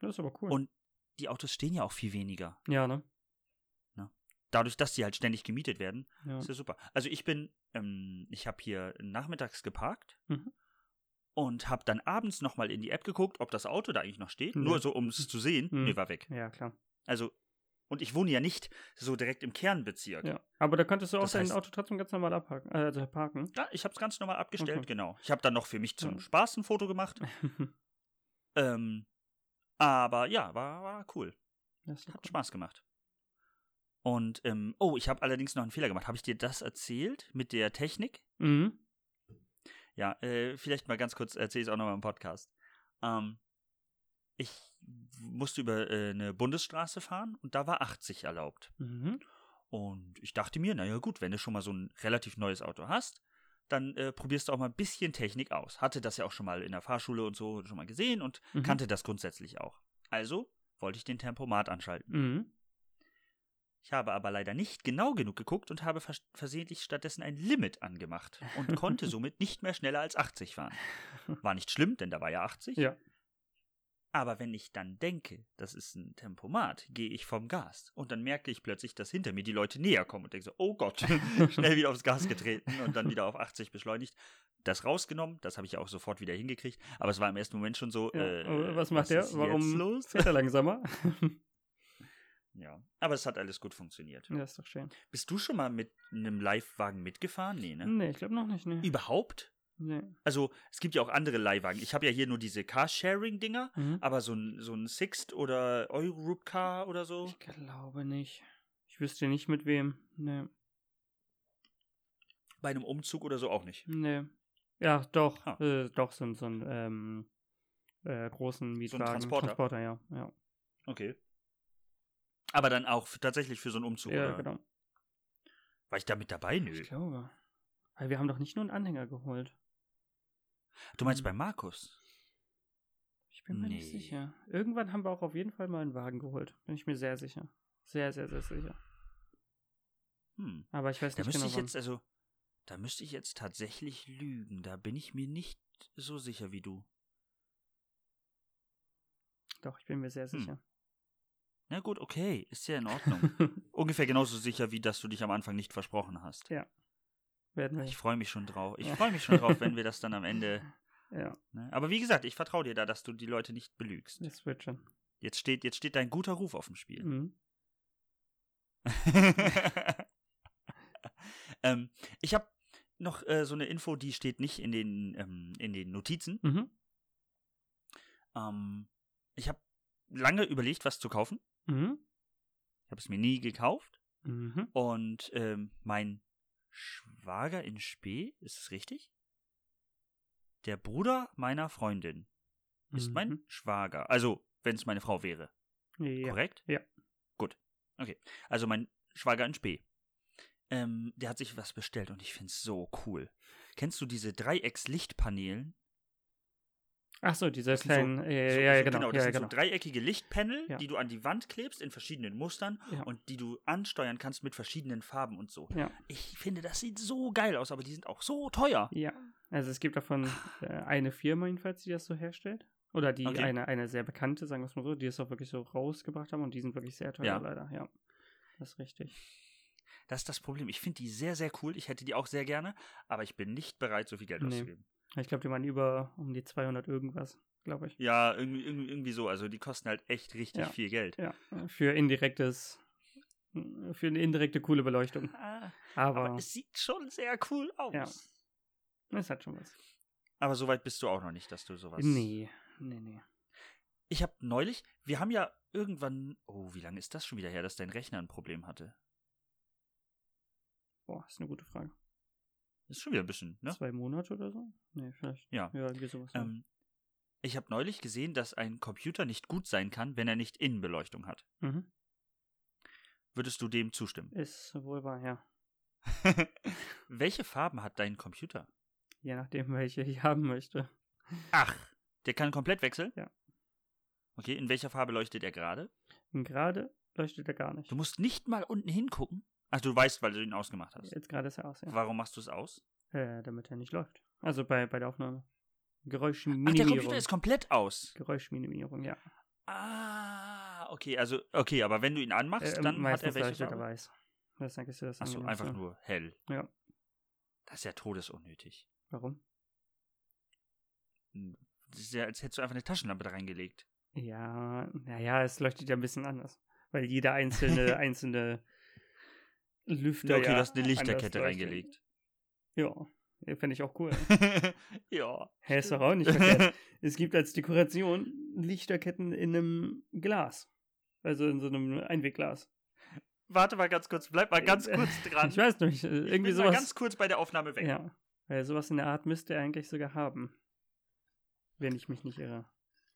S1: Das ist aber cool.
S2: Und- Die Autos stehen ja auch viel weniger.
S1: ja, ne?
S2: Dadurch, dass die halt ständig gemietet werden,
S1: Ja.
S2: ist ja super. Also ich bin, ähm, ich habe hier nachmittags geparkt
S1: Mhm.
S2: und habe dann abends nochmal in die App geguckt, ob das Auto da eigentlich noch steht.
S1: Nee.
S2: Nur so, um es zu sehen.
S1: Mhm.
S2: Nee, war weg.
S1: ja, klar.
S2: Also, und ich wohne ja nicht so direkt im Kernbezirk.
S1: Ja. Aber da könntest du auch
S2: Das
S1: dein
S2: heißt-
S1: Auto trotzdem ganz normal abhaken, äh, also parken.
S2: Ja, ich habe es ganz normal abgestellt,
S1: Okay. Mhm.
S2: genau. Ich habe dann noch für mich zum
S1: Ja.
S2: Spaß ein Foto gemacht. Ähm, aber ja, war, war cool.
S1: Das ist doch
S2: Hat
S1: cool.
S2: Spaß gemacht. Und, ähm, oh, ich habe allerdings noch einen Fehler gemacht. Habe ich dir das erzählt mit der Technik?
S1: Mhm.
S2: Ja, äh, vielleicht mal ganz kurz, erzähle ich es auch nochmal im Podcast. Ähm, ich musste über äh, eine Bundesstraße fahren und da war 80 erlaubt.
S1: Mhm.
S2: Und ich dachte mir, naja gut, wenn du schon mal so ein relativ neues Auto hast, dann äh, probierst du auch mal ein bisschen Technik aus. Hatte das ja auch schon mal in der Fahrschule und so schon mal gesehen und
S1: Mhm.
S2: kannte das grundsätzlich auch. Also wollte ich den Tempomat anschalten.
S1: Mhm.
S2: Ich habe aber leider nicht genau genug geguckt und habe vers versehentlich stattdessen ein Limit angemacht und konnte somit nicht mehr schneller als 80 fahren. War nicht schlimm, denn da war ja 80.
S1: Ja.
S2: Aber wenn ich dann denke, das ist ein Tempomat, gehe ich vom Gas. Und dann merke ich plötzlich, dass hinter mir die Leute näher kommen und denke so, oh Gott,
S1: Äh,
S2: schnell wieder aufs Gas getreten und dann wieder auf 80 beschleunigt. Das rausgenommen, das habe ich ja auch sofort wieder hingekriegt, aber es war im ersten Moment schon so,
S1: Ja,
S2: äh,
S1: aber was macht der?
S2: ist
S1: Warum-
S2: jetzt los?
S1: Fährt er langsamer?
S2: Ja, aber es hat alles gut funktioniert.
S1: ja, ist doch schön.
S2: Bist du schon mal mit einem Leihwagen mitgefahren? Nee, ne?
S1: Nee, ich glaube noch nicht, ne.
S2: Überhaupt?
S1: Nee.
S2: Also, es gibt ja auch andere Leihwagen. Ich habe ja hier nur diese Carsharing-Dinger,
S1: Mhm.
S2: aber so ein, so ein Sixt oder Europe-Car oder so.
S1: Ich glaube nicht. Also Ich wüsste nicht mit wem. Nee.
S2: Bei einem Umzug oder so auch nicht.
S1: Nee. Ja, doch.
S2: Ah.
S1: Äh, doch, so, ein- so einen ähm, äh, großen Mietwagen.
S2: Transporter.
S1: Transporter, ja. Ja,
S2: Okay. Aber dann auch f- tatsächlich für so einen Umzug,
S1: ja
S2: oder?
S1: genau.
S2: War ich da mit dabei? Nö.
S1: Ich glaube. Weil wir haben doch nicht nur einen Anhänger geholt.
S2: Du meinst bei Markus?
S1: Ich bin mir nicht
S2: Nee.
S1: sicher. Irgendwann haben wir auch auf jeden Fall mal einen Wagen geholt. Bin ich mir sehr sicher. Sehr, sehr, sehr sicher.
S2: Hm.
S1: Aber ich weiß
S2: Da
S1: nicht
S2: müsste
S1: genau.
S2: ich
S1: wann.
S2: jetzt, also, da müsste ich jetzt tatsächlich lügen. Da bin ich mir nicht so sicher wie du.
S1: Doch, ich bin mir sehr
S2: Hm.
S1: sicher.
S2: Na gut, okay, ist ja in Ordnung. Ungefähr genauso sicher, wie dass du dich am Anfang nicht versprochen hast.
S1: Werden wir.
S2: Ich freue mich schon drauf. Ich
S1: Ja.
S2: freue mich schon drauf, wenn wir das dann am Ende.
S1: Ja,
S2: Ne? Aber wie gesagt, ich vertraue dir da, dass du die Leute nicht belügst.
S1: das wird schon.
S2: Jetzt steht, jetzt steht dein guter Ruf auf dem Spiel.
S1: Mhm.
S2: ähm, ich habe noch äh, so eine Info, die steht nicht in den, ähm, in den Notizen.
S1: Mhm.
S2: Ähm, ich habe lange überlegt, was zu kaufen.
S1: Mhm.
S2: Ich habe es mir nie gekauft.
S1: Mhm.
S2: Und ähm, mein Schwager in Spee, ist es richtig? Der Bruder meiner Freundin ist mein
S1: Mhm.
S2: Schwager. Also, wenn es meine Frau wäre.
S1: Ja.
S2: Korrekt?
S1: Ja.
S2: Gut. Okay. Also mein Schwager in Spee. Ähm, der hat sich was bestellt und ich find's so cool. Kennst du diese Dreiecks-Lichtpanelen?
S1: Ach so, dieser
S2: sind so-
S1: kleinen. ja,
S2: so,
S1: ja, ja,
S2: so,
S1: genau.
S2: das
S1: ja, ja,
S2: sind
S1: genau.
S2: so dreieckige Lichtpanel,
S1: Ja.
S2: die du an die Wand klebst in verschiedenen Mustern
S1: Ja.
S2: und die du ansteuern kannst mit verschiedenen Farben und so.
S1: Ja.
S2: Ich finde, das sieht so geil aus, aber die sind auch so teuer.
S1: ja. Also es gibt davon äh, eine Firma jedenfalls, die das so herstellt. Oder die
S2: Okay.
S1: eine, eine sehr bekannte, sagen wir es mal so, die es auch wirklich so rausgebracht haben und die sind wirklich sehr teuer,
S2: Ja.
S1: leider, ja. Das ist richtig.
S2: Das ist das Problem. Ich finde die sehr, sehr cool. Ich hätte die auch sehr gerne, aber ich bin nicht bereit, so viel Geld
S1: Nee.
S2: auszugeben.
S1: Ich glaube, die waren über um die 200 irgendwas, glaube ich.
S2: Ja, irgendwie, irgendwie, irgendwie so. Also die kosten halt echt richtig
S1: Ja.
S2: viel Geld.
S1: Ja, für indirektes, für eine indirekte coole Beleuchtung.
S2: Ah,
S1: Aber,
S2: Aber es sieht schon sehr cool aus.
S1: Ja. es hat schon was.
S2: Aber so weit bist du auch noch nicht, dass du sowas.
S1: Nee, nee, nee.
S2: Ich habe neulich, wir haben ja irgendwann. Oh, wie lange ist das schon wieder her, dass dein Rechner ein Problem hatte?
S1: Boah, ist eine gute Frage.
S2: Ist schon wieder ein bisschen, ne?
S1: Zwei Monate oder so? Nee, vielleicht.
S2: Ja.
S1: Ja, irgendwie sowas. ja.
S2: Ähm, ich habe neulich gesehen, dass ein Computer nicht gut sein kann, wenn er nicht Innenbeleuchtung hat.
S1: mhm.
S2: Würdest du dem zustimmen?
S1: Ist wohl wahr, ja.
S2: Welche Farben hat dein Computer?
S1: Je nachdem, welche ich haben möchte.
S2: Ach, der kann komplett wechseln?
S1: Ja.
S2: Okay, in welcher Farbe leuchtet er gerade?
S1: Und gerade leuchtet er gar nicht.
S2: Du musst nicht mal unten hingucken. Ach, du weißt, weil du ihn ausgemacht hast.
S1: Jetzt gerade ist er aus, ja.
S2: Warum machst du es aus?
S1: Äh, damit er nicht läuft. Also bei, bei der Aufnahme.
S2: Ach, der
S1: Geräuschminimierung.
S2: Computer ist komplett aus.
S1: Geräuschminimierung, ja.
S2: Ah, okay, also, okay, aber wenn du ihn anmachst,
S1: Äh,
S2: dann hat er
S1: meistens
S2: welche
S1: leuchtet er
S2: Farbe?
S1: weiß. Das denke ich, das
S2: Achso,
S1: angenehmste.
S2: einfach nur hell.
S1: Ja.
S2: Das ist ja todesunnötig.
S1: Warum?
S2: Das ist ja, als hättest du einfach eine Taschenlampe da reingelegt.
S1: Ja, naja, es leuchtet ja ein bisschen anders. Weil jeder einzelne, einzelne Lüfter.
S2: Ja, okay,
S1: ja
S2: du hast eine
S1: anders
S2: Lichterkette
S1: leuchtet.
S2: reingelegt.
S1: Ja, äh, fände ich auch cool.
S2: ja.
S1: Hä, ist doch auch nicht verkehrt. Es gibt als Dekoration Lichterketten in einem Glas. Also in so einem Einwegglas.
S2: Warte mal ganz kurz, bleib mal ganz kurz dran.
S1: Ich weiß nicht, äh,
S2: Ich
S1: irgendwie
S2: bin mal
S1: sowas.
S2: ganz kurz bei der Aufnahme weg.
S1: ja, weil sowas in der Art müsste er eigentlich sogar haben. Wenn ich mich nicht irre.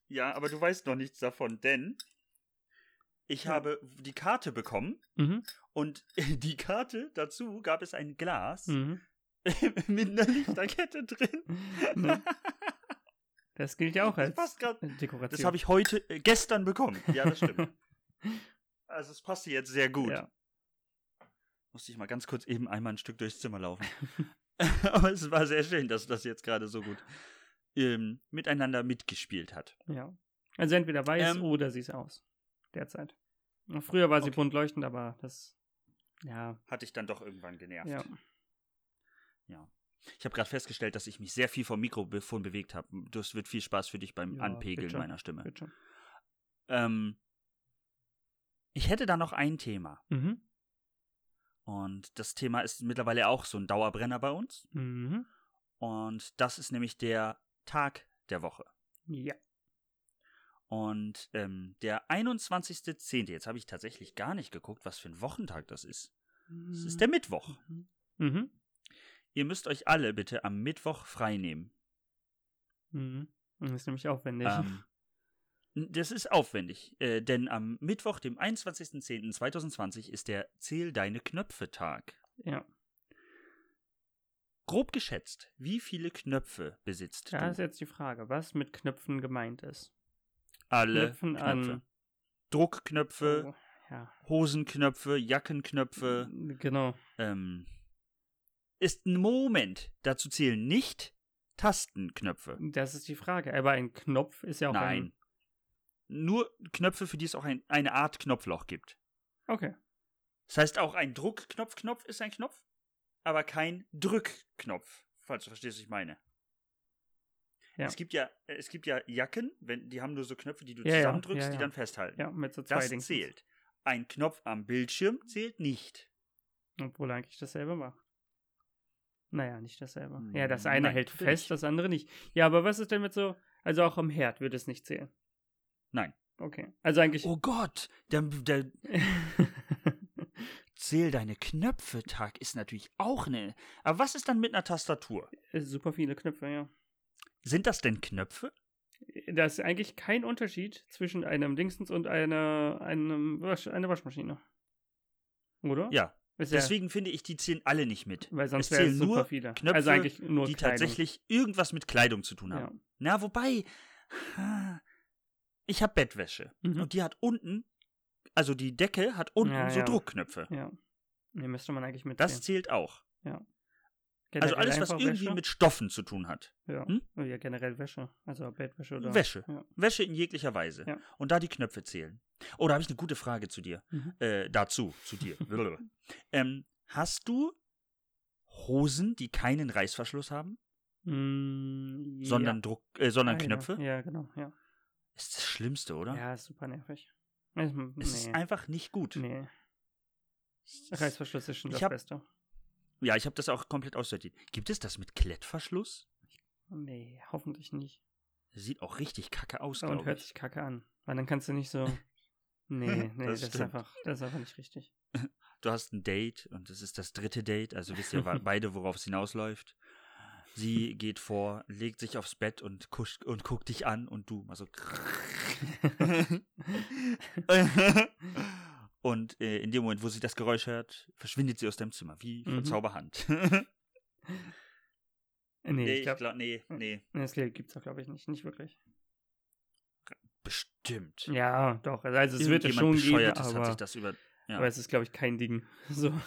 S2: Ja, aber du weißt noch nichts davon, denn ich
S1: Ja.
S2: habe die Karte bekommen
S1: Mhm.
S2: und die Karte dazu gab es ein Glas
S1: Mhm.
S2: mit einer Lichterkette drin.
S1: Ne? Das gilt ja auch
S2: Das
S1: als
S2: passt grad.
S1: Dekoration.
S2: Das habe ich heute, äh, gestern bekommen. Ja, das stimmt. Also es passte jetzt sehr gut.
S1: Ja.
S2: Musste ich mal ganz kurz eben einmal ein Stück durchs Zimmer laufen. Aber es war sehr schön, dass das jetzt gerade so gut ähm, miteinander mitgespielt hat.
S1: Ja. Also entweder weiß
S2: Ähm.
S1: oder sie ist aus. Derzeit. Früher war sie
S2: Okay.
S1: bunt leuchtend, aber das. Ja,
S2: Hatte ich dann doch irgendwann genervt.
S1: ja.
S2: Ich habe gerade festgestellt, dass ich mich sehr viel vom Mikrofon bewegt habe. Das wird viel Spaß für dich beim
S1: Ja,
S2: Anpegeln
S1: bitte.
S2: meiner Stimme.
S1: Wird schon.
S2: Ähm, ich hätte da noch ein Thema.
S1: Mhm.
S2: Und das Thema ist mittlerweile auch so ein Dauerbrenner bei uns.
S1: Mhm.
S2: Und das ist nämlich der Tag der Woche.
S1: Ja.
S2: Und ähm, der 21.10., jetzt habe ich tatsächlich gar nicht geguckt, was für ein Wochentag das ist. Es ist der Mittwoch.
S1: Mhm. Mhm.
S2: Ihr müsst euch alle bitte am Mittwoch frei nehmen.
S1: Mhm. Das ist nämlich aufwendig.
S2: Ähm, das ist aufwendig, äh, denn am Mittwoch, dem 21.10.2020, ist der Zähl deine Knöpfe-Tag.
S1: Ja.
S2: grob geschätzt, wie viele Knöpfe besitzt
S1: Da ist
S2: du?
S1: jetzt die Frage, was mit Knöpfen gemeint ist.
S2: Alle
S1: Knöpfen
S2: Knöpfe.
S1: an.
S2: Druckknöpfe,
S1: Oh, ja,
S2: Hosenknöpfe, Jackenknöpfe.
S1: genau.
S2: Ähm, ist ein Moment. Dazu zählen nicht Tastenknöpfe.
S1: Das ist die Frage. Aber ein Knopf ist ja auch
S2: Nein. Nur Knöpfe, für die es auch ein, eine Art Knopfloch gibt.
S1: ein. Okay.
S2: Das heißt, auch ein Druckknopf-Knopf ist ein Knopf, aber kein Drückknopf, falls du verstehst, was ich meine.
S1: Ja.
S2: Es gibt ja, es gibt ja Jacken, wenn, die haben nur so Knöpfe, die du
S1: Ja, ja,
S2: zusammendrückst,
S1: ja,
S2: die
S1: ja.
S2: dann festhalten.
S1: Ja, mit so zwei
S2: das
S1: Dings.
S2: zählt. Ein Knopf am Bildschirm zählt nicht.
S1: Obwohl er eigentlich dasselbe macht. Naja, nicht dasselbe.
S2: Hm,
S1: Ja, das eine
S2: nein,
S1: hält
S2: natürlich.
S1: fest, das andere nicht. Ja, aber was ist denn mit so. Also auch am Herd würde es nicht zählen.
S2: Nein.
S1: Okay. Also eigentlich.
S2: Oh Gott, dann, dann zähl deine Knöpfe, Tag ist natürlich auch eine. Aber was ist dann mit einer Tastatur?
S1: Super viele Knöpfe, ja.
S2: Sind das denn Knöpfe?
S1: Da ist eigentlich kein Unterschied zwischen einem Dingsens und einer, einem Wasch, einer Waschmaschine. Oder?
S2: Ja.
S1: Ist
S2: Deswegen finde ich, die zählen alle nicht mit.
S1: Weil sonst
S2: es
S1: wären
S2: zählen
S1: es super
S2: nur
S1: viele.
S2: Knöpfe,
S1: also eigentlich nur
S2: die
S1: Kleidung.
S2: tatsächlich irgendwas mit Kleidung zu tun haben.
S1: Ja.
S2: Na, wobei, ich habe Bettwäsche
S1: Mhm.
S2: und die hat unten, also die Decke hat unten
S1: Ja,
S2: so
S1: ja.
S2: Druckknöpfe.
S1: ja. Nee, müsste man eigentlich mit.
S2: Das zählt auch. Also alles, was irgendwie mit Stoffen zu tun hat.
S1: Ja. Oh
S2: Hm?
S1: ja, generell Wäsche. Also Bettwäsche oder.
S2: Wäsche.
S1: Ja.
S2: Wäsche in jeglicher Weise.
S1: Ja.
S2: Und da die Knöpfe zählen. Oh, da habe ich eine gute Frage zu dir.
S1: Mhm.
S2: Äh, dazu, zu dir. ähm, hast du Hosen, die keinen Reißverschluss haben,
S1: Mm,
S2: sondern,
S1: ja.
S2: Druck, äh, sondern
S1: Ah,
S2: Knöpfe?
S1: Ja. ja, genau, ja.
S2: Ist das Schlimmste, oder?
S1: Ja, ist super nervig. Es, nee.
S2: Es ist einfach nicht gut.
S1: nee. Reißverschluss ist schon
S2: Ich
S1: das
S2: hab-
S1: Beste.
S2: Ja, ich habe das auch komplett aussortiert. Gibt es das mit Klettverschluss?
S1: Nee, hoffentlich nicht.
S2: Sieht auch richtig kacke aus,
S1: Ja, und
S2: glaube
S1: hört
S2: ich.
S1: sich kacke an. Weil dann kannst du nicht so. Nee, nee,
S2: Das
S1: das, ist
S2: stimmt.
S1: einfach, das ist einfach nicht richtig.
S2: Du hast ein Date und es ist das dritte Date, also wisst ihr wa- beide, worauf es hinausläuft. Sie geht vor, legt sich aufs Bett und, kusch, und guckt dich an und du mal so. und äh, in dem Moment, wo sie das Geräusch hört, verschwindet sie aus deinem Zimmer, wie von
S1: Mhm.
S2: Zauberhand.
S1: Nee,
S2: nee,
S1: ich glaube,
S2: glaub- nee, nee,
S1: das Lied gibt es auch, glaube ich, nicht. Nicht wirklich.
S2: bestimmt.
S1: Ja, doch. Also es wird es schon
S2: Irgendjemand
S1: geben,
S2: Bescheuertes hat
S1: aber,
S2: sich das über. ja.
S1: aber es ist, glaube ich, kein Ding. So.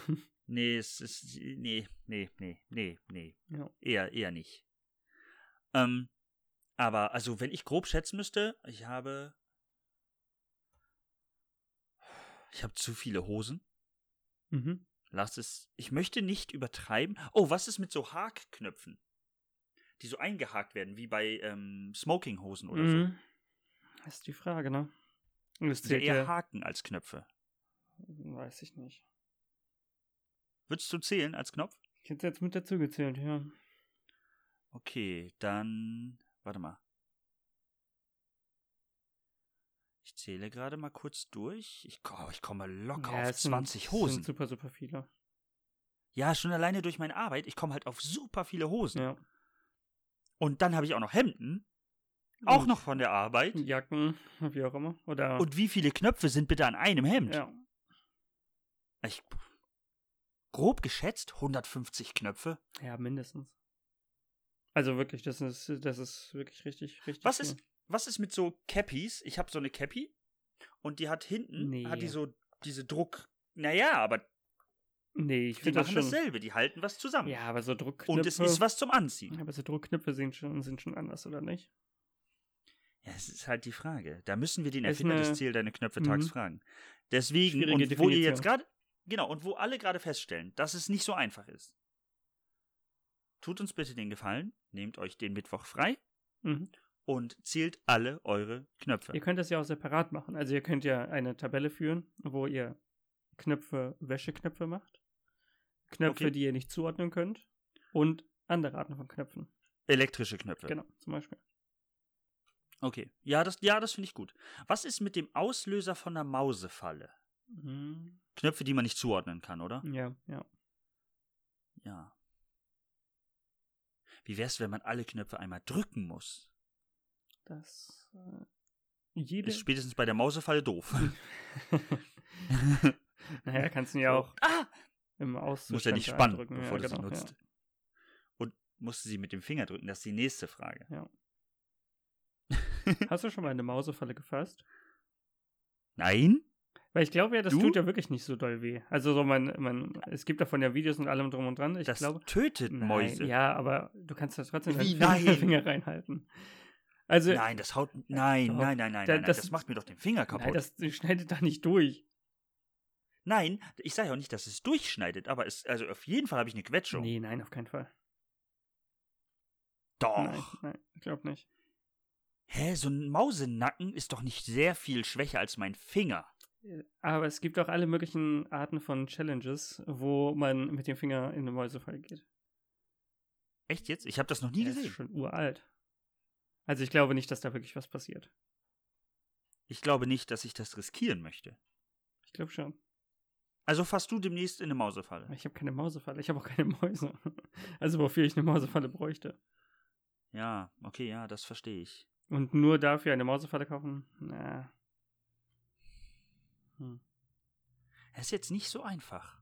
S2: Nee, es ist. Nee, nee, nee, nee, nee.
S1: Ja.
S2: Eher, eher nicht. Ähm, aber, also, wenn ich grob schätzen müsste, ich habe. Ich habe zu viele Hosen.
S1: Mhm.
S2: Lass es. Ich möchte nicht übertreiben. Oh, was ist mit so Hakknöpfen? Die so eingehakt werden, wie bei ähm, Smokinghosen oder so.
S1: Mhm. Das ist die Frage, ne? Und es
S2: Das sind
S1: zählt
S2: ja eher
S1: ja,
S2: Haken als Knöpfe.
S1: weiß ich nicht.
S2: Würdest du zählen als Knopf?
S1: Ich hätte jetzt mit dazu gezählt, ja.
S2: Okay, dann. Warte mal. Ich zähle gerade mal kurz durch. Ich, ko- oh, ich komme locker
S1: ja,
S2: auf
S1: es sind-
S2: 20
S1: Es
S2: Hosen.
S1: sind super, super viele.
S2: Ja, schon alleine durch meine Arbeit. Ich komme halt auf super viele Hosen.
S1: Ja.
S2: Und dann habe ich auch noch Hemden. Auch
S1: Und
S2: noch von der Arbeit.
S1: Jacken, wie auch immer. Oder.
S2: Und wie viele Knöpfe sind bitte an einem Hemd?
S1: ja.
S2: Ich, grob geschätzt 150 Knöpfe.
S1: ja, mindestens. Also wirklich, das ist, das ist wirklich richtig, richtig.
S2: Was
S1: viel.
S2: ist, was ist mit so Cappies? Ich habe so eine Cappy und die hat hinten,
S1: Nee.
S2: hat die so diese Druck. Naja, aber
S1: Nee, ich
S2: Die
S1: finde das
S2: machen
S1: schon.
S2: dasselbe, die halten was zusammen.
S1: Ja, aber so Druckknöpfe.
S2: und es ist was zum Anziehen.
S1: aber so Druckknöpfe sind schon, sind schon anders, oder nicht?
S2: Ja, es ist halt die Frage. Da müssen wir den
S1: Ist
S2: Erfinder des
S1: eine-
S2: Ziel deine Knöpfe
S1: Mhm.
S2: tags fragen. Deswegen,
S1: Schwierige
S2: und wo ihr
S1: Definition.
S2: jetzt gerade, genau, und wo alle gerade feststellen, dass es nicht so einfach ist. Tut uns bitte den Gefallen, nehmt euch den Mittwoch frei
S1: Mhm.
S2: und zählt alle eure Knöpfe.
S1: Ihr könnt das ja auch separat machen. Also ihr könnt ja eine Tabelle führen, wo ihr Knöpfe, Wäscheknöpfe macht. Knöpfe,
S2: Okay.
S1: die ihr nicht zuordnen könnt. Und andere Arten von Knöpfen.
S2: Elektrische Knöpfe.
S1: Genau, zum Beispiel.
S2: Okay. Ja, das, ja, das finde ich gut. Was ist mit dem Auslöser von der Mausefalle?
S1: Mhm.
S2: Knöpfe, die man nicht zuordnen kann, oder?
S1: Ja, ja.
S2: Ja. Wie wär's, wenn man alle Knöpfe einmal drücken muss?
S1: Das. Äh, jede.
S2: Ist spätestens bei der Mausefalle doof.
S1: naja, kannst du ihn ja auch
S2: Ah!
S1: im
S2: Muss
S1: Auszustand
S2: ja nicht spannen,
S1: drücken.
S2: bevor
S1: ja,
S2: du sie
S1: genau,
S2: nutzt. musste sie mit dem Finger drücken. Das ist die nächste Frage.
S1: Ja. Hast du schon mal eine Mausefalle gefasst?
S2: Nein?
S1: Weil ich glaube ja, das
S2: Du?
S1: tut ja wirklich nicht so doll weh. Also so man, man, es gibt davon ja Videos und allem drum und dran. Ich
S2: das
S1: glaube.
S2: tötet
S1: Nein,
S2: Mäuse.
S1: Ja, aber du kannst da trotzdem
S2: Wie?
S1: deinen Finger,
S2: Nein.
S1: Finger reinhalten. Also
S2: nein, das haut. Nein,
S1: doch.
S2: nein, nein, nein,
S1: Da-
S2: nein, nein.
S1: das-
S2: Das, macht mir doch den Finger
S1: nein,
S2: kaputt.
S1: das schneidet da nicht durch.
S2: Nein, ich sage ja auch nicht, dass es durchschneidet, aber es, also auf jeden Fall habe ich eine Quetschung.
S1: Nee, nein, auf keinen Fall.
S2: Doch.
S1: Nein, nein, ich glaube nicht.
S2: Hä, so ein Mausenacken ist doch nicht sehr viel schwächer als mein Finger.
S1: Aber es gibt auch alle möglichen Arten von Challenges, wo man mit dem Finger in eine Mäusefalle geht.
S2: Echt jetzt? Ich habe das noch nie
S1: Ja, Das
S2: gesehen.
S1: ist schon uralt. Also ich glaube nicht, dass da wirklich was passiert.
S2: Ich glaube nicht, dass ich das riskieren möchte.
S1: Ich glaube schon.
S2: Also fasst du demnächst in eine Mausefalle.
S1: Ich habe keine Mausefalle. Ich habe auch keine Mäuse. Also wofür ich eine Mausefalle bräuchte.
S2: Ja, okay, ja, das verstehe ich.
S1: Und nur dafür eine Mausefalle kaufen? Na. Hm.
S2: Es ist jetzt nicht so einfach.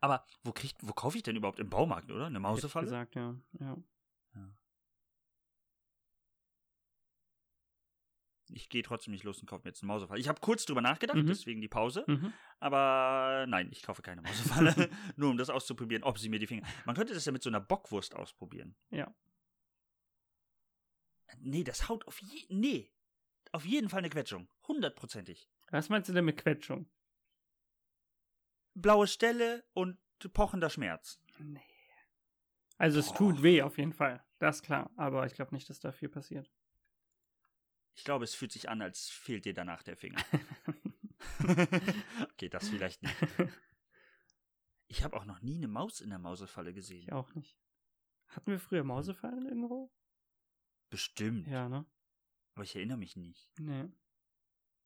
S2: Aber wo kriegt, wo kaufe ich denn überhaupt im Baumarkt, oder?
S1: hätte
S2: Eine
S1: ich
S2: Mausefalle?
S1: Gesagt, ja. ja.
S2: Ich gehe trotzdem nicht los und kaufe mir jetzt eine Mausefalle. Ich habe kurz drüber nachgedacht,
S1: Mhm.
S2: deswegen die Pause.
S1: Mhm.
S2: Aber nein, ich kaufe keine Mausefalle. nur um das auszuprobieren, ob sie mir die Finger. Man könnte das ja mit so einer Bockwurst ausprobieren.
S1: Ja.
S2: Nee, das haut auf je Nee. Auf jeden Fall eine Quetschung. Hundertprozentig.
S1: Was meinst du denn mit Quetschung?
S2: Blaue Stelle und pochender Schmerz.
S1: Nee. Also es tut
S2: Boah.
S1: weh auf jeden Fall. Das ist klar. Aber ich glaube nicht, dass da viel passiert.
S2: Ich glaube, es fühlt sich an, als fehlt dir danach der Finger. okay, das vielleicht nicht. Ich habe auch noch nie eine Maus in der Mausefalle gesehen.
S1: ich auch nicht. Hatten wir früher Mausefallen irgendwo?
S2: Bestimmt.
S1: Ja, ne?
S2: Aber ich erinnere mich nicht.
S1: Nee.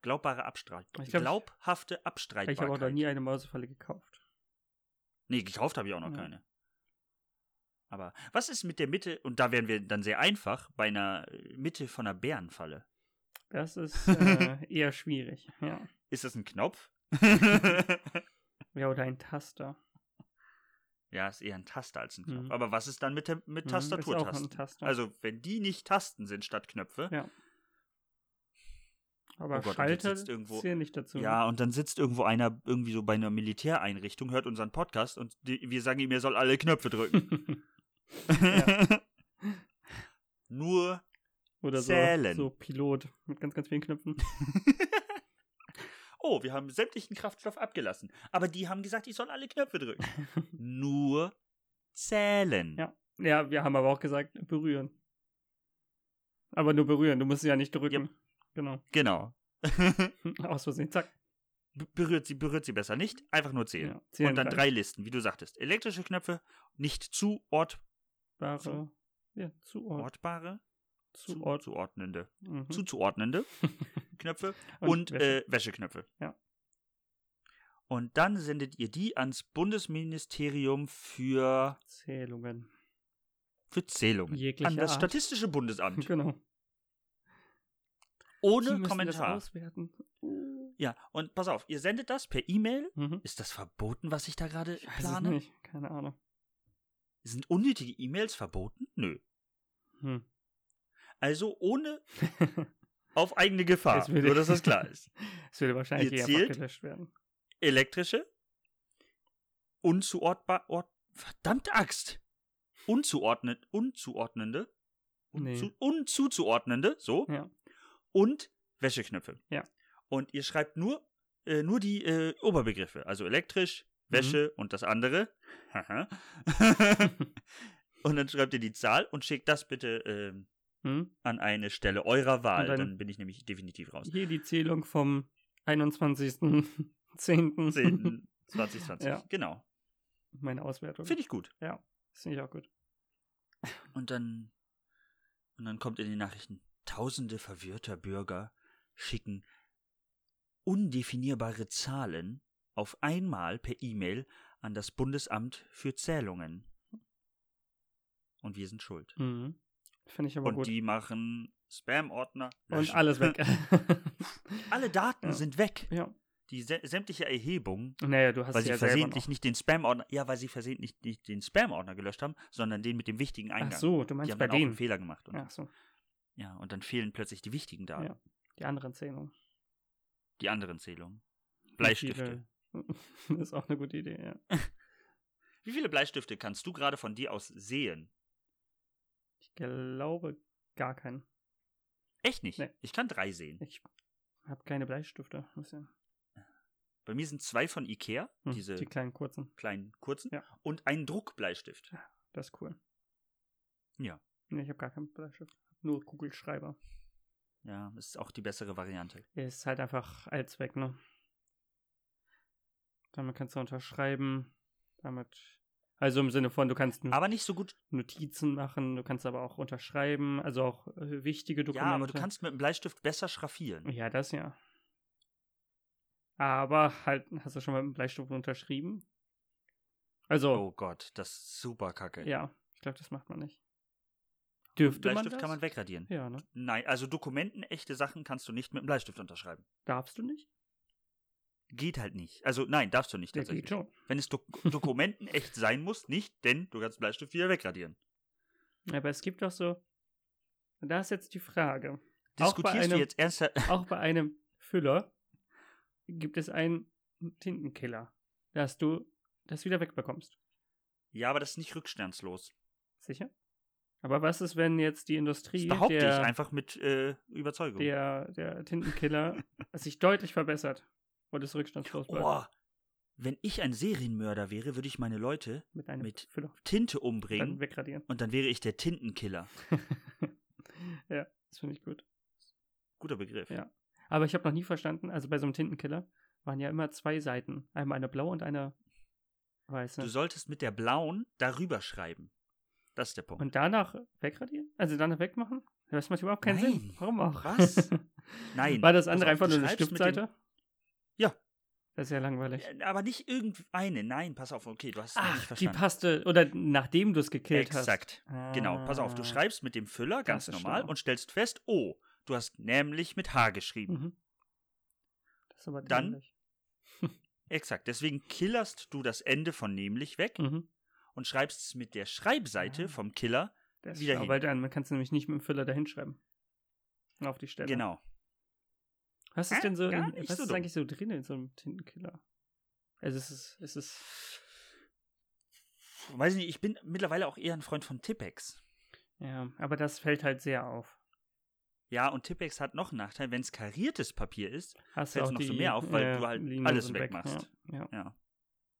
S2: Glaubbare Abstreitbarkeit.
S1: Ich glaub, ich-
S2: Glaubhafte Abstreitbarkeit.
S1: Ich habe auch noch nie eine Mausefalle gekauft.
S2: Nee, gekauft habe ich auch noch
S1: Ja.
S2: keine. Aber was ist mit der Mitte, und da wären wir dann sehr einfach, bei einer äh, Mitte von einer Bärenfalle?
S1: Das ist äh, eher schwierig. Ja.
S2: Ist das ein Knopf?
S1: ja, oder ein Taster.
S2: ja, ist eher ein Taster als ein Knopf.
S1: Mhm.
S2: Aber was ist dann mit, der,
S1: Mhm, Ist auch
S2: mit
S1: ein
S2: Tastaturtasten?
S1: Taster.
S2: Also, wenn die nicht Tasten sind statt Knöpfe,
S1: Ja. Aber
S2: Oh Gott, und jetzt
S1: Schalter
S2: sitzt irgendwo-
S1: zählen nicht dazu.
S2: Ja, und dann sitzt irgendwo einer irgendwie so bei einer Militäreinrichtung, hört unseren Podcast und die, wir sagen ihm, er soll alle Knöpfe drücken. Nur,
S1: Oder so,
S2: Zählen.
S1: so Pilot mit ganz, ganz vielen Knöpfen.
S2: oh, wir haben sämtlichen Kraftstoff abgelassen. Aber die haben gesagt, ich soll alle Knöpfe drücken. Nur zählen.
S1: Ja. Ja, wir haben aber auch gesagt, berühren. Aber nur berühren, du musst sie ja nicht drücken. Genau.
S2: Genau.
S1: Aus Versehen, zack.
S2: B- berührt sie, berührt sie besser nicht, einfach nur zählen.
S1: Ja, zählen
S2: und dann
S1: drei.
S2: drei Listen, wie du sagtest. Elektrische Knöpfe, nicht zu Ort,
S1: Ware.
S2: Zu-
S1: Ja, zu Ort.
S2: ortbare,
S1: Zu Ort.
S2: zuordnende,
S1: Mhm.
S2: zuzuordnende Knöpfe
S1: Und
S2: und,
S1: Wäsche.
S2: Äh, Wäscheknöpfe.
S1: Ja.
S2: Und dann sendet ihr die ans Bundesministerium für,
S1: Zählungen.
S2: für Zählungen.
S1: Jeglicher
S2: an das
S1: Art.
S2: Statistische Bundesamt.
S1: Genau. Die
S2: Ohne
S1: müssen
S2: Kommentar.
S1: Das auswerten. Uh.
S2: Ja, und pass auf, ihr sendet das per E-Mail.
S1: Mhm.
S2: Ist das verboten, was ich da gerade
S1: Ich weiß
S2: plane?
S1: es nicht, keine Ahnung.
S2: Sind unnötige E-Mails verboten? Nö.
S1: Hm.
S2: Also ohne auf eigene Gefahr,
S1: Jetzt würde-
S2: nur dass das klar ist.
S1: Es würde wahrscheinlich
S2: Ihr
S1: eher
S2: zählt?
S1: abgelöscht werden.
S2: Elektrische, unzuordbar, ort, verdammt Axt, unzuordnet, unzuordnende,
S1: Nee.
S2: unzu, unzuzuordnende, so,
S1: Ja.
S2: und Wäscheknöpfe.
S1: Ja.
S2: Und ihr schreibt nur, äh, nur die äh, Oberbegriffe, also elektrisch,
S1: Mhm.
S2: Wäsche und das andere. Haha. und dann schreibt ihr die Zahl und schickt das bitte ähm,
S1: Hm?
S2: an eine Stelle eurer Wahl.
S1: Und dann-
S2: Dann, bin ich nämlich definitiv raus.
S1: Hier die Zählung vom 21.10.
S2: 10. 2020.
S1: Ja.
S2: Genau.
S1: Meine Auswertung.
S2: Finde ich gut.
S1: Das finde ich auch gut.
S2: Und dann, und dann kommt in den Nachrichten, tausende verwirrter Bürger schicken undefinierbare Zahlen auf einmal per E-Mail an das Bundesamt für Zählungen. Und wir sind schuld.
S1: Mhm. Finde ich aber
S2: Und
S1: gut.
S2: die machen Spam-Ordner.
S1: Und
S2: löschen.
S1: alles weg.
S2: Alle Daten
S1: Ja.
S2: sind weg.
S1: ja.
S2: die sä- sämtliche Erhebung,
S1: Naja, du hast
S2: weil
S1: sie
S2: sie
S1: ja selber
S2: versehentlich
S1: noch.
S2: nicht den Spam-Ordner, ja, weil sie versehentlich nicht den Spam-Ordner gelöscht haben, sondern den mit dem wichtigen Eingang.
S1: Ach so, du
S2: die
S1: meinst
S2: haben
S1: bei
S2: dann auch einen
S1: denen.
S2: Fehler gemacht. Und, ja.
S1: Ach so,
S2: und dann fehlen plötzlich die wichtigen Daten,
S1: Ja. die anderen Zählungen.
S2: die anderen Zählungen. Bleistifte.
S1: Das ist auch eine gute Idee, ja.
S2: Wie viele Bleistifte kannst du gerade von dir aus sehen?
S1: Ich glaube gar keinen.
S2: Echt nicht.
S1: Nee.
S2: Ich kann drei sehen.
S1: Ich habe keine Bleistifte. Muss ja-
S2: Bei mir sind zwei von Ikea,
S1: Hm,
S2: diese
S1: Die kleinen kurzen.
S2: kleinen kurzen,
S1: Ja.
S2: und ein Druckbleistift.
S1: Das ist cool.
S2: Ja.
S1: Nee, ich habe gar keinen Bleistift. Nur Kugelschreiber.
S2: Ja, ist auch die bessere Variante.
S1: Ist halt einfach Allzweck, ne? Damit kannst du unterschreiben. Damit. Also im Sinne von, du kannst
S2: Aber nicht so gut.
S1: Notizen machen, du kannst aber auch unterschreiben, also auch äh, wichtige Dokumente.
S2: Ja, aber du kannst mit dem Bleistift besser schraffieren.
S1: Ja, das ja. Aber halt, hast du schon mal mit dem Bleistift unterschrieben? Also,
S2: Oh Gott, das ist super kacke.
S1: ja, ich glaube, das macht man nicht. Dürfte man
S2: Bleistift
S1: das?
S2: kann man wegradieren.
S1: Ja, ne?
S2: Nein, also Dokumenten, echte Sachen kannst du nicht mit dem Bleistift unterschreiben.
S1: Darfst du nicht?
S2: Geht halt nicht. Also nein, darfst du nicht
S1: Der
S2: tatsächlich.
S1: geht schon.
S2: Wenn es Dok Dokumenten echt sein muss, nicht, denn du kannst den Bleistift wieder wegradieren.
S1: Aber es gibt doch so. Da ist jetzt die Frage. Auch bei
S2: Diskutierst du
S1: einem-
S2: jetzt ernsthaft?
S1: Auch bei einem Füller gibt es einen Tintenkiller, dass du das wieder wegbekommst.
S2: Ja, aber das ist nicht rückstandslos.
S1: Sicher? Aber was ist, wenn jetzt die
S2: Das
S1: Industrie
S2: behaupte
S1: der,
S2: ich einfach mit äh, Überzeugung.
S1: der, der Tintenkiller sich deutlich verbessert und es rückstandslos bleibt
S2: Boah, wenn ich ein Serienmörder wäre, würde ich meine Leute
S1: mit einem
S2: mit
S1: Füller
S2: Tinte
S1: dann
S2: umbringen
S1: wegradieren.
S2: und dann wäre ich der Tintenkiller.
S1: ja, das finde ich gut.
S2: Guter Begriff.
S1: Ja. Aber ich habe noch nie verstanden, also bei so einem Tintenkiller waren ja immer zwei Seiten. Einmal eine blaue und eine weiße.
S2: Du solltest mit der blauen darüber schreiben. Das ist der Punkt.
S1: Und danach wegradieren? Also danach wegmachen? Das macht überhaupt keinen
S2: Nein.
S1: Sinn. Warum auch?
S2: Was? Nein.
S1: War das
S2: pass
S1: andere
S2: auf,
S1: einfach
S2: du
S1: nur eine
S2: schreibst mit
S1: Stiftseite?
S2: Ja.
S1: Das ist ja langweilig.
S2: Dem, aber nicht irgendeine. Nein, pass auf. Okay, du hast es noch nicht
S1: Ach, die
S2: verstanden.
S1: Paste, oder nachdem du es gekillt
S2: Exakt.
S1: hast. Ah. Exakt.
S2: Genau, pass auf. Du schreibst mit dem Füller ganz
S1: ist
S2: normal
S1: schlau.
S2: und stellst fest, oh, du hast nämlich mit H geschrieben.
S1: Mhm. Das ist aber
S2: Dann-
S1: dämlich.
S2: Exakt. Deswegen killerst du das Ende von nämlich weg
S1: Mhm.
S2: und schreibst es mit der Schreibseite
S1: Ah.
S2: vom Killer.
S1: Das
S2: Wieder
S1: wieder
S2: hin.
S1: weil dann, man kann es nämlich nicht mit dem Füller dahin schreiben. Auf die Stelle.
S2: Genau.
S1: Was ist
S2: Ah,
S1: denn so, in,
S2: gar
S1: was
S2: nicht
S1: ist
S2: so dumm.
S1: eigentlich so drin in so einem Tintenkiller? Also es ist, es ist,
S2: Weiß nicht, ich bin mittlerweile auch eher ein Freund von Tippex.
S1: ja, aber das fällt halt sehr auf.
S2: Ja, und Tippex hat noch einen Nachteil, wenn es kariertes Papier ist.
S1: Hast
S2: Fällt's
S1: auch
S2: noch so
S1: die,
S2: mehr auf, weil
S1: äh,
S2: du halt
S1: Linien
S2: alles
S1: sind weg,
S2: wegmachst.
S1: Ja, ja,
S2: Ja.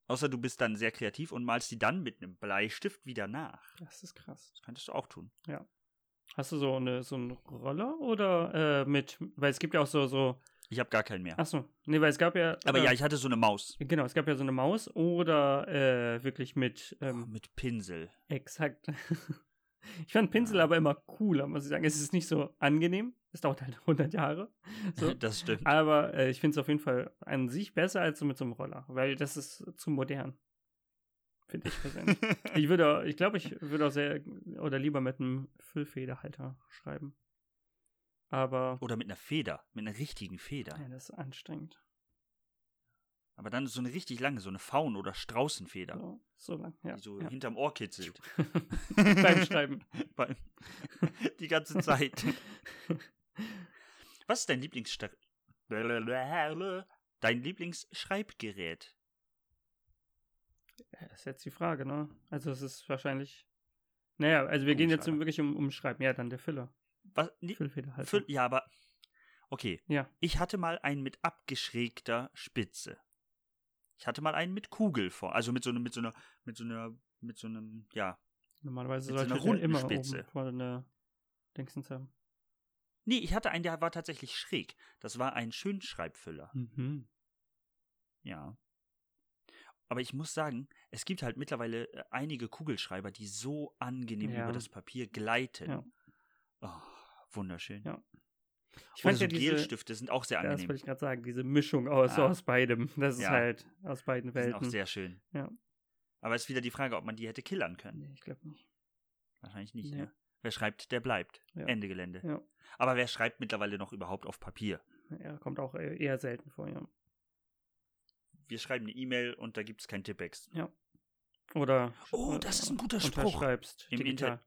S2: Außer du bist dann sehr kreativ und malst die dann mit einem Bleistift wieder nach.
S1: das ist krass.
S2: Das könntest du auch tun.
S1: Hast du so, eine, so einen Roller oder äh, mit, weil es gibt ja auch so, so,
S2: Ich habe gar keinen mehr.
S1: achso, nee, weil es gab ja.
S2: Aber
S1: äh,
S2: ja, ich hatte so eine Maus.
S1: Genau, es gab ja so eine Maus oder äh, wirklich mit,
S2: Oh,
S1: ähm,
S2: mit Pinsel.
S1: exakt. ich fand Pinsel
S2: Ja.
S1: aber immer cooler, muss ich sagen. Es ist nicht so angenehm, es dauert halt 100 Jahre. So.
S2: Das stimmt.
S1: Aber äh, ich finde es auf jeden Fall an sich besser als so mit so einem Roller, weil das ist zu modern. Finde ich persönlich. ich würde, auch- ich glaube, ich würde auch sehr oder lieber mit einem Füllfederhalter schreiben. Aber
S2: Oder mit einer Feder. Mit einer richtigen
S1: ja,
S2: Feder.
S1: das ist anstrengend.
S2: Aber dann so eine richtig lange, so eine Faun- oder Straußenfeder.
S1: So, so lang. Oh, Ja,
S2: Die so
S1: ja.
S2: hinterm Ohr kitzelt.
S1: Beim Schreiben.
S2: Beim- die ganze Zeit. Was ist dein Lieblingsschre Dein Lieblingsschreibgerät?
S1: Ja, Das ist jetzt die Frage, ne? Also es ist wahrscheinlich. Naja, also wir gehen jetzt
S2: Umschreiber.
S1: wirklich um, um Schreiben. Ja, dann der Füller.
S2: Was, nee,
S1: Füllfederhalter.
S2: Füll- ja, aber okay.
S1: halt Ja.
S2: Ich hatte mal einen mit abgeschrägter Spitze. Ich hatte mal einen mit Kugel vor, also mit so einem, mit so einer, mit so einer, mit so einem, ja.
S1: Normalerweise
S2: Mit so
S1: sollte
S2: einer
S1: der
S2: runden
S1: immer
S2: Spitze.
S1: oben vorne Dingsens haben.
S2: Nee, ich hatte einen, der war tatsächlich schräg. Das war ein Schönschreibfüller.
S1: Mhm.
S2: Ja. Aber ich muss sagen, es gibt halt mittlerweile äh, einige Kugelschreiber, die so angenehm
S1: Ja.
S2: über das Papier gleiten.
S1: Ja.
S2: Oh, wunderschön.
S1: Ja.
S2: Ich
S1: Ich
S2: Oder
S1: fand
S2: so
S1: ja diese,
S2: Gelstifte sind auch sehr
S1: das
S2: angenehm.
S1: wollte ich gerade sagen, diese Mischung aus,
S2: Ah.
S1: aus beidem. Das ist
S2: Ja.
S1: halt aus beiden
S2: Die sind auch
S1: Welten.
S2: sehr schön.
S1: Ja.
S2: Aber ist wieder die Frage, ob man die hätte killern können.
S1: nee, ich glaube nicht.
S2: Wahrscheinlich nicht,
S1: Ja.
S2: ne? Wer schreibt, der bleibt.
S1: Ja.
S2: Ende Gelände.
S1: Ja.
S2: Aber wer schreibt mittlerweile noch überhaupt auf Papier?
S1: äh, Ja, kommt auch eher selten vor, ja.
S2: wir schreiben eine E-Mail und da gibt es kein Tippex.
S1: Oder
S2: Oh,
S1: äh,
S2: das ist ein guter Spruch.
S1: unterschreibst
S2: Im
S1: digital.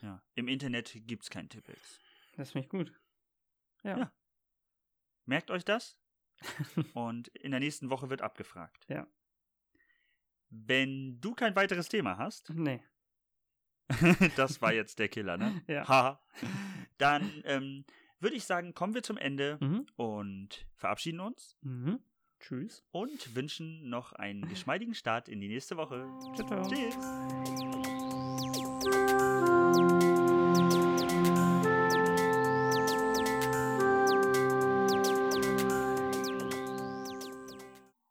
S2: Ja. Im Internet gibt es kein Tippex.
S1: Das finde ich gut. Ja.
S2: Ja. Merkt euch das? und in der nächsten Woche wird abgefragt.
S1: Ja.
S2: Wenn du kein weiteres Thema hast,
S1: Nee.
S2: das war jetzt der Killer, ne?
S1: Ja.
S2: Ha. Dann ähm, würde ich sagen, kommen wir zum Ende
S1: Mhm.
S2: und verabschieden uns
S1: Mhm. Tschüss.
S2: und wünschen noch einen geschmeidigen Start in die nächste Woche.
S1: Ciao, ciao.
S2: Tschüss.